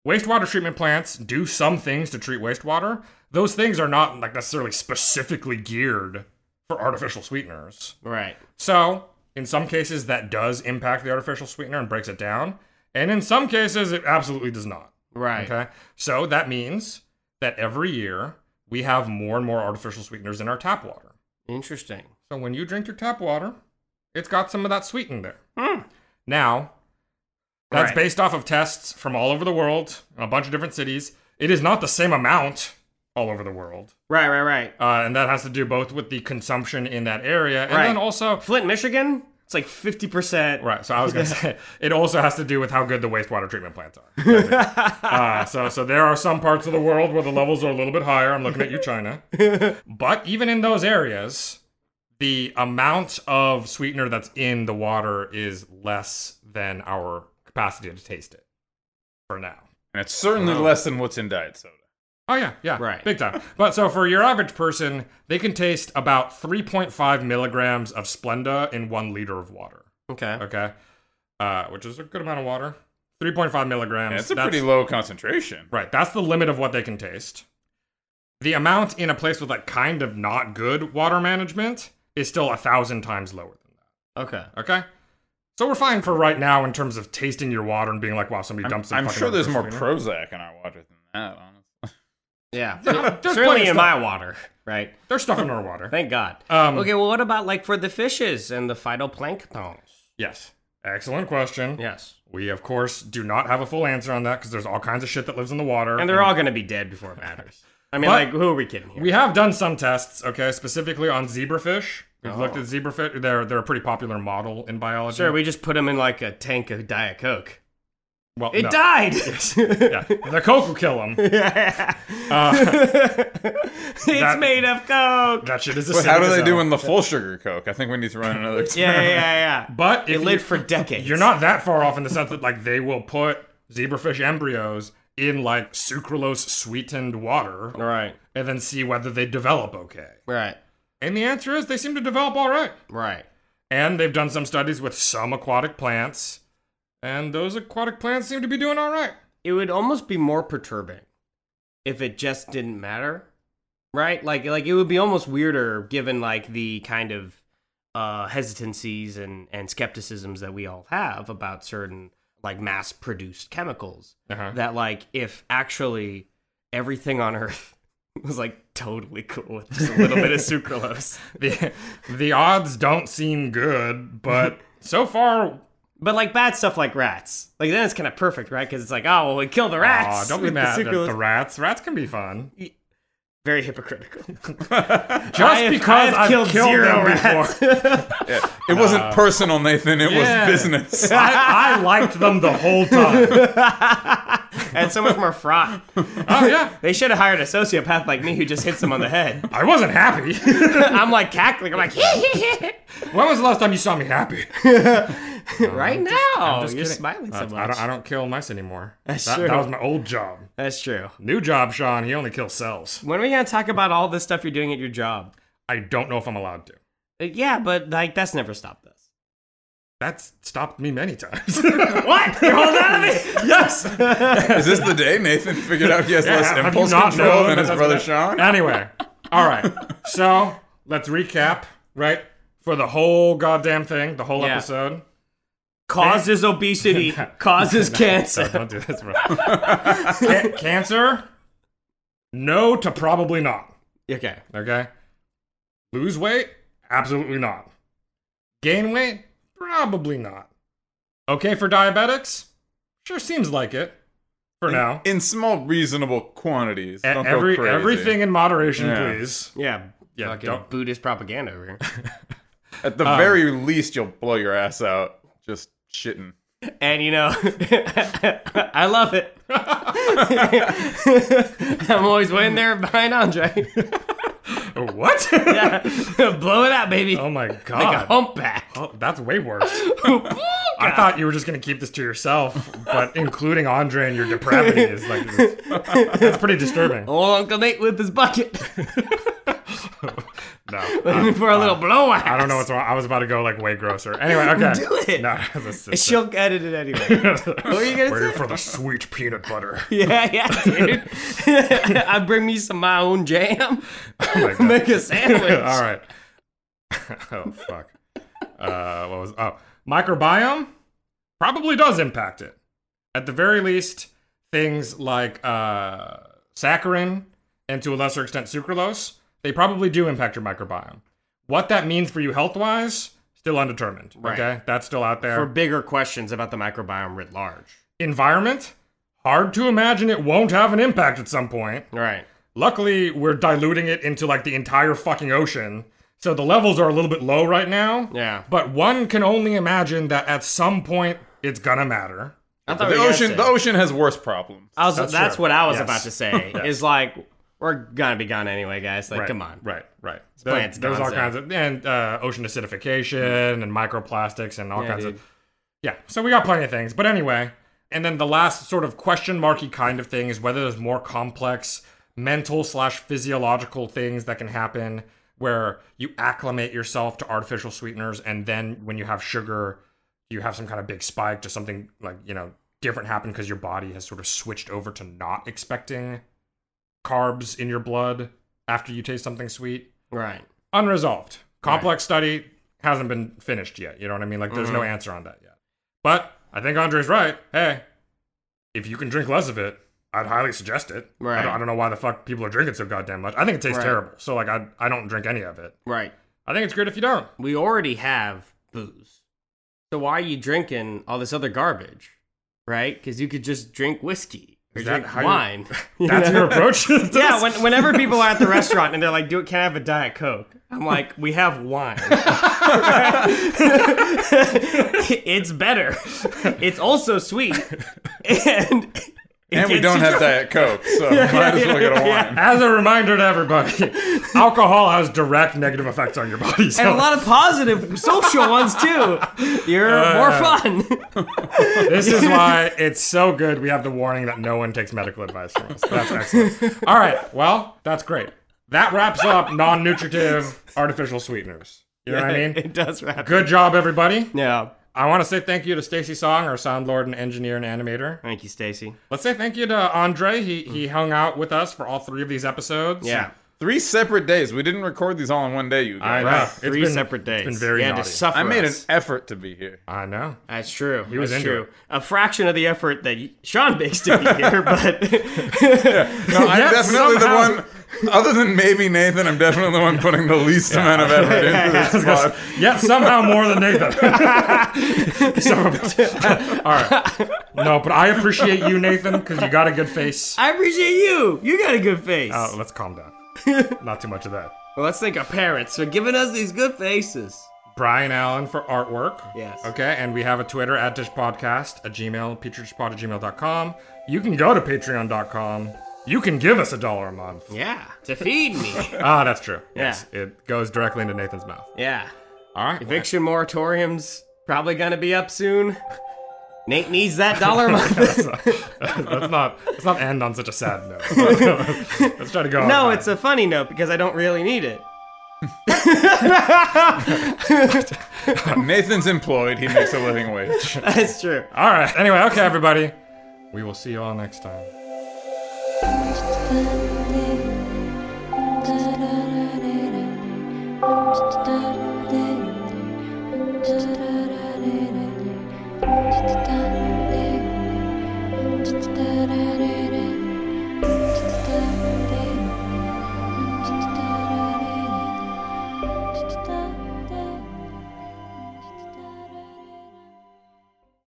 [SPEAKER 5] Wastewater treatment plants do some things to treat wastewater. Those things are not like necessarily specifically geared for artificial sweeteners.
[SPEAKER 4] Right.
[SPEAKER 5] So, in some cases that does impact the artificial sweetener and breaks it down, and in some cases it absolutely does not.
[SPEAKER 4] Right.
[SPEAKER 5] Okay? So that means that every year we have more and more artificial sweeteners in our tap water.
[SPEAKER 4] Interesting.
[SPEAKER 5] So when you drink your tap water, it's got some of that sweet in there. Now, that's
[SPEAKER 4] Hmm. Right.
[SPEAKER 5] based off of tests from all over the world, in a bunch of different cities. It is not the same amount all over the world.
[SPEAKER 4] Right, right, right.
[SPEAKER 5] Uh, and that has to do both with the consumption in that area and
[SPEAKER 4] Right.
[SPEAKER 5] then also.
[SPEAKER 4] Flint, Michigan, it's like 50%.
[SPEAKER 5] Right, so I was gonna say it also has to do with how good the wastewater treatment
[SPEAKER 6] [laughs]
[SPEAKER 5] plants are. uh, so, so there are some parts of the world where the levels are a little bit higher. I'm looking at you, China. But even in those areas, the amount of sweetener that's in the water is less than our capacity to taste it for now.
[SPEAKER 6] And it's certainly less than what's in diet soda.
[SPEAKER 5] Oh yeah, yeah,
[SPEAKER 4] Right.
[SPEAKER 5] big time. But so for your average person, they can taste about 3.5 milligrams of Splenda in one liter of water.
[SPEAKER 4] Okay.
[SPEAKER 5] Okay, uh, which is a good amount of water. 3.5 milligrams.
[SPEAKER 6] Yeah, it's a pretty low concentration.
[SPEAKER 5] Right, that's the limit of what they can taste. The amount in a place with like kind of not good water management is still a thousand times lower than
[SPEAKER 4] Okay.
[SPEAKER 5] that. Okay, so we're fine for right now in terms of tasting your water and being like, wow, somebody
[SPEAKER 6] I'm,
[SPEAKER 5] dumped some.
[SPEAKER 6] I'm
[SPEAKER 5] fucking
[SPEAKER 6] sure there's more
[SPEAKER 5] artificial sweetener.
[SPEAKER 6] Prozac in our water than that, honestly.
[SPEAKER 5] [laughs]
[SPEAKER 4] Yeah.
[SPEAKER 5] there's plenty
[SPEAKER 4] Certainly
[SPEAKER 5] of
[SPEAKER 4] in
[SPEAKER 5] stuff.
[SPEAKER 4] my water, right?
[SPEAKER 5] There's stuff in
[SPEAKER 6] [laughs]
[SPEAKER 5] our water.
[SPEAKER 4] Thank God.
[SPEAKER 5] Um,
[SPEAKER 4] okay, well, what about like for the fishes and the phytoplankton?
[SPEAKER 5] Yes. Excellent question.
[SPEAKER 4] Yes.
[SPEAKER 5] We, of course, do not have a full answer on that because there's all kinds of shit that lives in the water.
[SPEAKER 4] And they're all going to be dead before it matters. I mean,
[SPEAKER 5] But-
[SPEAKER 4] like, who are we kidding here?
[SPEAKER 5] We have done some tests, okay, specifically on zebrafish. We've looked at zebrafish. They're, they're a pretty popular model in biology.
[SPEAKER 4] Oh. sure, we just put them in like a tank of Diet Coke.
[SPEAKER 5] well,
[SPEAKER 4] It
[SPEAKER 5] no.
[SPEAKER 4] died! [laughs]
[SPEAKER 5] Yeah. [laughs] The Coke will kill them.
[SPEAKER 4] it's made of Coke!
[SPEAKER 5] That shit is a
[SPEAKER 6] But how do
[SPEAKER 5] sick
[SPEAKER 6] they
[SPEAKER 5] as uh,
[SPEAKER 6] do
[SPEAKER 5] hell.
[SPEAKER 6] in the full sugar Coke? I think we need to run another
[SPEAKER 4] Yeah, yeah,
[SPEAKER 6] experiment.
[SPEAKER 4] yeah, yeah.
[SPEAKER 5] [laughs] But
[SPEAKER 4] it
[SPEAKER 5] if
[SPEAKER 4] lived
[SPEAKER 5] you-
[SPEAKER 4] for decades.
[SPEAKER 5] You're not that far off in the sense that, like, they will put zebrafish embryos in, like, sucralose sweetened water
[SPEAKER 4] Right,
[SPEAKER 5] and then see whether they develop okay.
[SPEAKER 4] right,
[SPEAKER 5] And the answer is they seem to develop all right.
[SPEAKER 4] right.
[SPEAKER 5] And they've done some studies with some aquatic plants, and those aquatic plants seem to be doing all right.
[SPEAKER 4] It would almost be more perturbing if it just didn't matter, right? Like, like it would be almost weirder given like the kind of uh, hesitancies and and skepticisms that we all have about certain like mass produced chemicals.
[SPEAKER 5] Uh-huh.
[SPEAKER 4] That like if actually everything on Earth [laughs] was like totally cool with just a little
[SPEAKER 5] [laughs]
[SPEAKER 4] bit of sucralose.
[SPEAKER 5] The, the odds don't seem good, but so far,
[SPEAKER 4] But like bad stuff like rats, like then it's kind of perfect, right? Because it's like, oh well, we kill the
[SPEAKER 5] Aw,
[SPEAKER 4] rats.
[SPEAKER 5] don't
[SPEAKER 4] [laughs]
[SPEAKER 5] be
[SPEAKER 4] with the
[SPEAKER 5] mad at
[SPEAKER 4] sucralose.
[SPEAKER 5] the rats. Rats can be fun.
[SPEAKER 4] Very hypocritical. [laughs]
[SPEAKER 5] Just
[SPEAKER 4] I have- I
[SPEAKER 5] because
[SPEAKER 4] have
[SPEAKER 5] I've
[SPEAKER 4] killed zero
[SPEAKER 5] them
[SPEAKER 4] rats.
[SPEAKER 5] before,
[SPEAKER 6] It wasn't personal, Nathan. [laughs] It
[SPEAKER 5] Uh, Yeah.
[SPEAKER 6] was business.
[SPEAKER 5] [laughs] I, I liked them the whole
[SPEAKER 4] [laughs]
[SPEAKER 5] time.
[SPEAKER 4] and so much more
[SPEAKER 5] [laughs]
[SPEAKER 4] fraught.
[SPEAKER 5] Oh yeah,
[SPEAKER 4] They should have hired a sociopath like me who just hits them on the head. [laughs]
[SPEAKER 5] I wasn't happy. [laughs]
[SPEAKER 4] I'm like cackling. I'm like,
[SPEAKER 5] when was the last time you saw me
[SPEAKER 4] [laughs]
[SPEAKER 5] happy?
[SPEAKER 4] right now.
[SPEAKER 5] just
[SPEAKER 4] Oh, You're
[SPEAKER 5] kidding.
[SPEAKER 4] smiling so
[SPEAKER 5] That's-
[SPEAKER 4] much.
[SPEAKER 5] I don't, I don't kill mice anymore.
[SPEAKER 4] [laughs] That's
[SPEAKER 5] that,
[SPEAKER 4] true.
[SPEAKER 5] that was my old job.
[SPEAKER 4] That's true.
[SPEAKER 5] New job, Sean. He only kills cells.
[SPEAKER 4] When are we going to talk about all this stuff you're doing at your job?
[SPEAKER 5] I don't know if I'm allowed to.
[SPEAKER 4] Uh, yeah, but like that's never stopped us.
[SPEAKER 5] That's stopped me many times.
[SPEAKER 4] [laughs] What? You're holding out of
[SPEAKER 5] [laughs]
[SPEAKER 4] me? Yes. [laughs]
[SPEAKER 6] Is this the day Nathan figured out he has less
[SPEAKER 5] have you
[SPEAKER 6] impulse
[SPEAKER 5] not
[SPEAKER 6] control
[SPEAKER 5] known
[SPEAKER 6] than
[SPEAKER 5] that
[SPEAKER 6] his
[SPEAKER 5] that's
[SPEAKER 6] brother
[SPEAKER 5] what-
[SPEAKER 6] Sean?
[SPEAKER 5] anyway,
[SPEAKER 6] [laughs]
[SPEAKER 5] all right. So let's recap, right? For the whole goddamn thing, the whole
[SPEAKER 4] Yeah.
[SPEAKER 5] episode. Eh?
[SPEAKER 4] Causes
[SPEAKER 5] [laughs]
[SPEAKER 4] obesity. Causes
[SPEAKER 5] So
[SPEAKER 4] cancer.
[SPEAKER 5] don't do this, bro. Ca- cancer? No to probably not.
[SPEAKER 4] [laughs] Okay.
[SPEAKER 5] Okay. Lose weight? Absolutely not. Gain weight? Probably not. Okay for diabetics? Sure seems like it. For now.
[SPEAKER 6] In small, reasonable quantities.
[SPEAKER 5] E-
[SPEAKER 6] Don't go
[SPEAKER 5] every
[SPEAKER 6] crazy.
[SPEAKER 5] everything in moderation,
[SPEAKER 6] Yeah.
[SPEAKER 5] please.
[SPEAKER 4] Yeah.
[SPEAKER 5] Yeah,
[SPEAKER 4] Fucking
[SPEAKER 5] don't-
[SPEAKER 4] Buddhist propaganda over here.
[SPEAKER 5] [laughs]
[SPEAKER 6] At
[SPEAKER 5] Uh,
[SPEAKER 6] the very least, you'll blow your ass out just shitting.
[SPEAKER 4] and you know, [laughs] I love it. [laughs] I'm always waiting there behind Andre. [laughs]
[SPEAKER 5] What?
[SPEAKER 4] Yeah. [laughs] Blow it out, baby.
[SPEAKER 5] oh my
[SPEAKER 4] like a
[SPEAKER 5] god.
[SPEAKER 4] humpback.
[SPEAKER 5] Oh, that's way
[SPEAKER 4] [laughs]
[SPEAKER 5] worse. I thought you were just gonna keep this to yourself,
[SPEAKER 4] [laughs]
[SPEAKER 5] but including Andre and your depravity is like that's pretty disturbing. [laughs] No,
[SPEAKER 4] Old Uncle Nate with his bucket [laughs]
[SPEAKER 5] I,
[SPEAKER 4] looking for a little blow out.
[SPEAKER 5] Uh, I don't know what's wrong. I was about to go like way grosser. Anyway, okay.
[SPEAKER 4] [laughs] Do it.
[SPEAKER 5] No, [laughs] that's just,
[SPEAKER 4] She'll edit it anyway. [laughs] what are you gonna
[SPEAKER 5] We're
[SPEAKER 4] say?
[SPEAKER 5] here for the sweet peanut butter.
[SPEAKER 4] yeah, yeah, dude. [laughs] I bring me some my own jam.
[SPEAKER 5] Oh my
[SPEAKER 4] [laughs]
[SPEAKER 5] God. [laughs]
[SPEAKER 4] Make a sandwich.
[SPEAKER 5] All right. [laughs] oh fuck. Uh, what was? Oh, microbiome probably does impact it. At the very least, things like uh, saccharin and to a lesser extent sucralose, they probably do impact your microbiome. What that means for you health wise, still undetermined.
[SPEAKER 4] Right.
[SPEAKER 5] Okay, that's still out there.
[SPEAKER 4] For bigger questions about the microbiome writ large.
[SPEAKER 5] Environment, hard to imagine it won't have an impact at some point.
[SPEAKER 4] Right.
[SPEAKER 5] Luckily, we're diluting it into like the entire fucking ocean. So the levels are a little bit low right now.
[SPEAKER 4] Yeah.
[SPEAKER 5] But one can only imagine that at some point it's gonna matter.
[SPEAKER 4] I thought
[SPEAKER 6] The
[SPEAKER 4] we were gonna
[SPEAKER 6] ocean,
[SPEAKER 4] say-
[SPEAKER 6] the ocean has worse problems.
[SPEAKER 4] I was, that's
[SPEAKER 5] That's true.
[SPEAKER 4] what I was
[SPEAKER 5] [laughs] Yes.
[SPEAKER 4] about to say. Is like we're gonna be gone anyway, guys. Like,
[SPEAKER 5] right,
[SPEAKER 4] come on.
[SPEAKER 5] Right, right.
[SPEAKER 4] plant's
[SPEAKER 5] there's all
[SPEAKER 4] gonzo.
[SPEAKER 5] kinds of and uh, ocean acidification and microplastics and all
[SPEAKER 4] Yeah,
[SPEAKER 5] kinds
[SPEAKER 4] dude.
[SPEAKER 5] of Yeah. So we got plenty of things. But anyway, and then the last sort of question marky kind of thing is whether there's more complex mental slash physiological things that can happen where you acclimate yourself to artificial sweeteners and then when you have sugar you have some kind of big spike to something like you know different happen because your body has sort of switched over to not expecting carbs in your blood after you taste something sweet
[SPEAKER 4] Right.
[SPEAKER 5] unresolved complex study hasn't been finished yet you know what i mean like there's no
[SPEAKER 4] Mhm.
[SPEAKER 5] answer on that yet but i think andre's right hey if you can drink less of it i'd highly suggest it I don't-
[SPEAKER 4] Right.
[SPEAKER 5] I, don't know why the fuck people are drinking so goddamn much i think it tastes
[SPEAKER 4] Right.
[SPEAKER 5] terrible so like I, I don't drink any of it
[SPEAKER 4] Right.
[SPEAKER 5] i think it's good if
[SPEAKER 4] [laughs]
[SPEAKER 5] you don't
[SPEAKER 4] We already have booze. So why are you drinking all this other garbage? Right? Because you could just drink whiskey or
[SPEAKER 5] Is that
[SPEAKER 4] drink
[SPEAKER 5] how you- [laughs]
[SPEAKER 4] wine. [laughs] You
[SPEAKER 5] that's
[SPEAKER 4] know?
[SPEAKER 5] your approach to
[SPEAKER 4] Yeah,
[SPEAKER 5] this? [laughs]
[SPEAKER 4] when, whenever people are at the restaurant and they're like, "Do can I have a diet coke?" I'm like, "We have
[SPEAKER 5] [laughs]
[SPEAKER 4] wine. [laughs] it's better. It's also sweet, and it
[SPEAKER 6] And we
[SPEAKER 4] gets
[SPEAKER 6] don't
[SPEAKER 4] you
[SPEAKER 6] have
[SPEAKER 4] drunk."
[SPEAKER 5] [laughs]
[SPEAKER 6] Diet Coke, so might as well get a wine.
[SPEAKER 5] As a reminder to everybody, alcohol has direct negative effects on your body.
[SPEAKER 4] [laughs]
[SPEAKER 5] So
[SPEAKER 4] And a lot of positive social ones too. You're
[SPEAKER 6] Uh,
[SPEAKER 4] more fun. [laughs]
[SPEAKER 5] this is why it's so good. We have the warning that no one takes medical advice from us. That's excellent. All right. Well, that's great. That wraps up non-nutritive artificial sweeteners.
[SPEAKER 4] [laughs]
[SPEAKER 5] You know what I mean?
[SPEAKER 4] It does wrap.
[SPEAKER 5] Good job, everybody.
[SPEAKER 4] Yeah.
[SPEAKER 5] I want to say thank you to Stacy Song, our sound lord and engineer and animator.
[SPEAKER 4] Thank you, Stacy.
[SPEAKER 5] Let's say thank you to Andre. He he hung out with us for all three of these episodes.
[SPEAKER 4] Yeah.
[SPEAKER 6] Three separate days. We didn't record these all in one day, you guys.
[SPEAKER 5] I know.
[SPEAKER 4] Right.
[SPEAKER 5] It's
[SPEAKER 4] Three
[SPEAKER 5] been-
[SPEAKER 4] separate days.
[SPEAKER 5] It's been very
[SPEAKER 4] You had to
[SPEAKER 5] naughty.
[SPEAKER 4] suffer
[SPEAKER 6] I made an
[SPEAKER 4] us.
[SPEAKER 6] effort to be here.
[SPEAKER 5] I know.
[SPEAKER 4] That's true. He
[SPEAKER 5] was
[SPEAKER 4] That's
[SPEAKER 5] into
[SPEAKER 4] true.
[SPEAKER 5] it.
[SPEAKER 4] A fraction of the effort that y- Sean makes to be here, [laughs] but [laughs]
[SPEAKER 6] No, I'm
[SPEAKER 5] Yet
[SPEAKER 6] definitely
[SPEAKER 5] somehow-
[SPEAKER 6] the one. Other than maybe Nathan, I'm definitely the one putting the least amount of
[SPEAKER 5] [laughs]
[SPEAKER 6] effort into this pod.
[SPEAKER 5] Yeah, somehow more than [laughs] Nathan. Son of a bitch. [laughs] All right. No, but I appreciate you, Nathan, because you got a good face.
[SPEAKER 4] I appreciate you. You got a good face. [laughs]
[SPEAKER 5] Uh, let's calm down. Not too much of that.
[SPEAKER 4] Well, let's thank our parents for giving us these good faces.
[SPEAKER 5] Brian Allen for artwork.
[SPEAKER 4] Yes.
[SPEAKER 5] Okay, and we have a Twitter at dishpodcast, a Gmail, petridishpod at gmail.com. You can go to patreon.com. You can give us a dollar a month.
[SPEAKER 4] Yeah. To feed
[SPEAKER 5] [laughs]
[SPEAKER 4] me.
[SPEAKER 5] Ah, that's true.
[SPEAKER 4] Yeah.
[SPEAKER 5] Yes. It goes directly into Nathan's mouth.
[SPEAKER 4] yeah.
[SPEAKER 5] All right.
[SPEAKER 4] Eviction moratorium's probably going to be up soon. Nate needs that dollar a
[SPEAKER 5] [laughs]
[SPEAKER 4] month. [laughs]
[SPEAKER 5] let's not let's not end on such a sad note. let's try to go. on
[SPEAKER 4] no,
[SPEAKER 5] back.
[SPEAKER 4] it's a funny note because I don't really need it. [laughs]
[SPEAKER 6] Nathan's employed. He makes a living wage.
[SPEAKER 4] That's true.
[SPEAKER 5] All right. Anyway, okay, everybody. We will see you all next time.
[SPEAKER 10] Time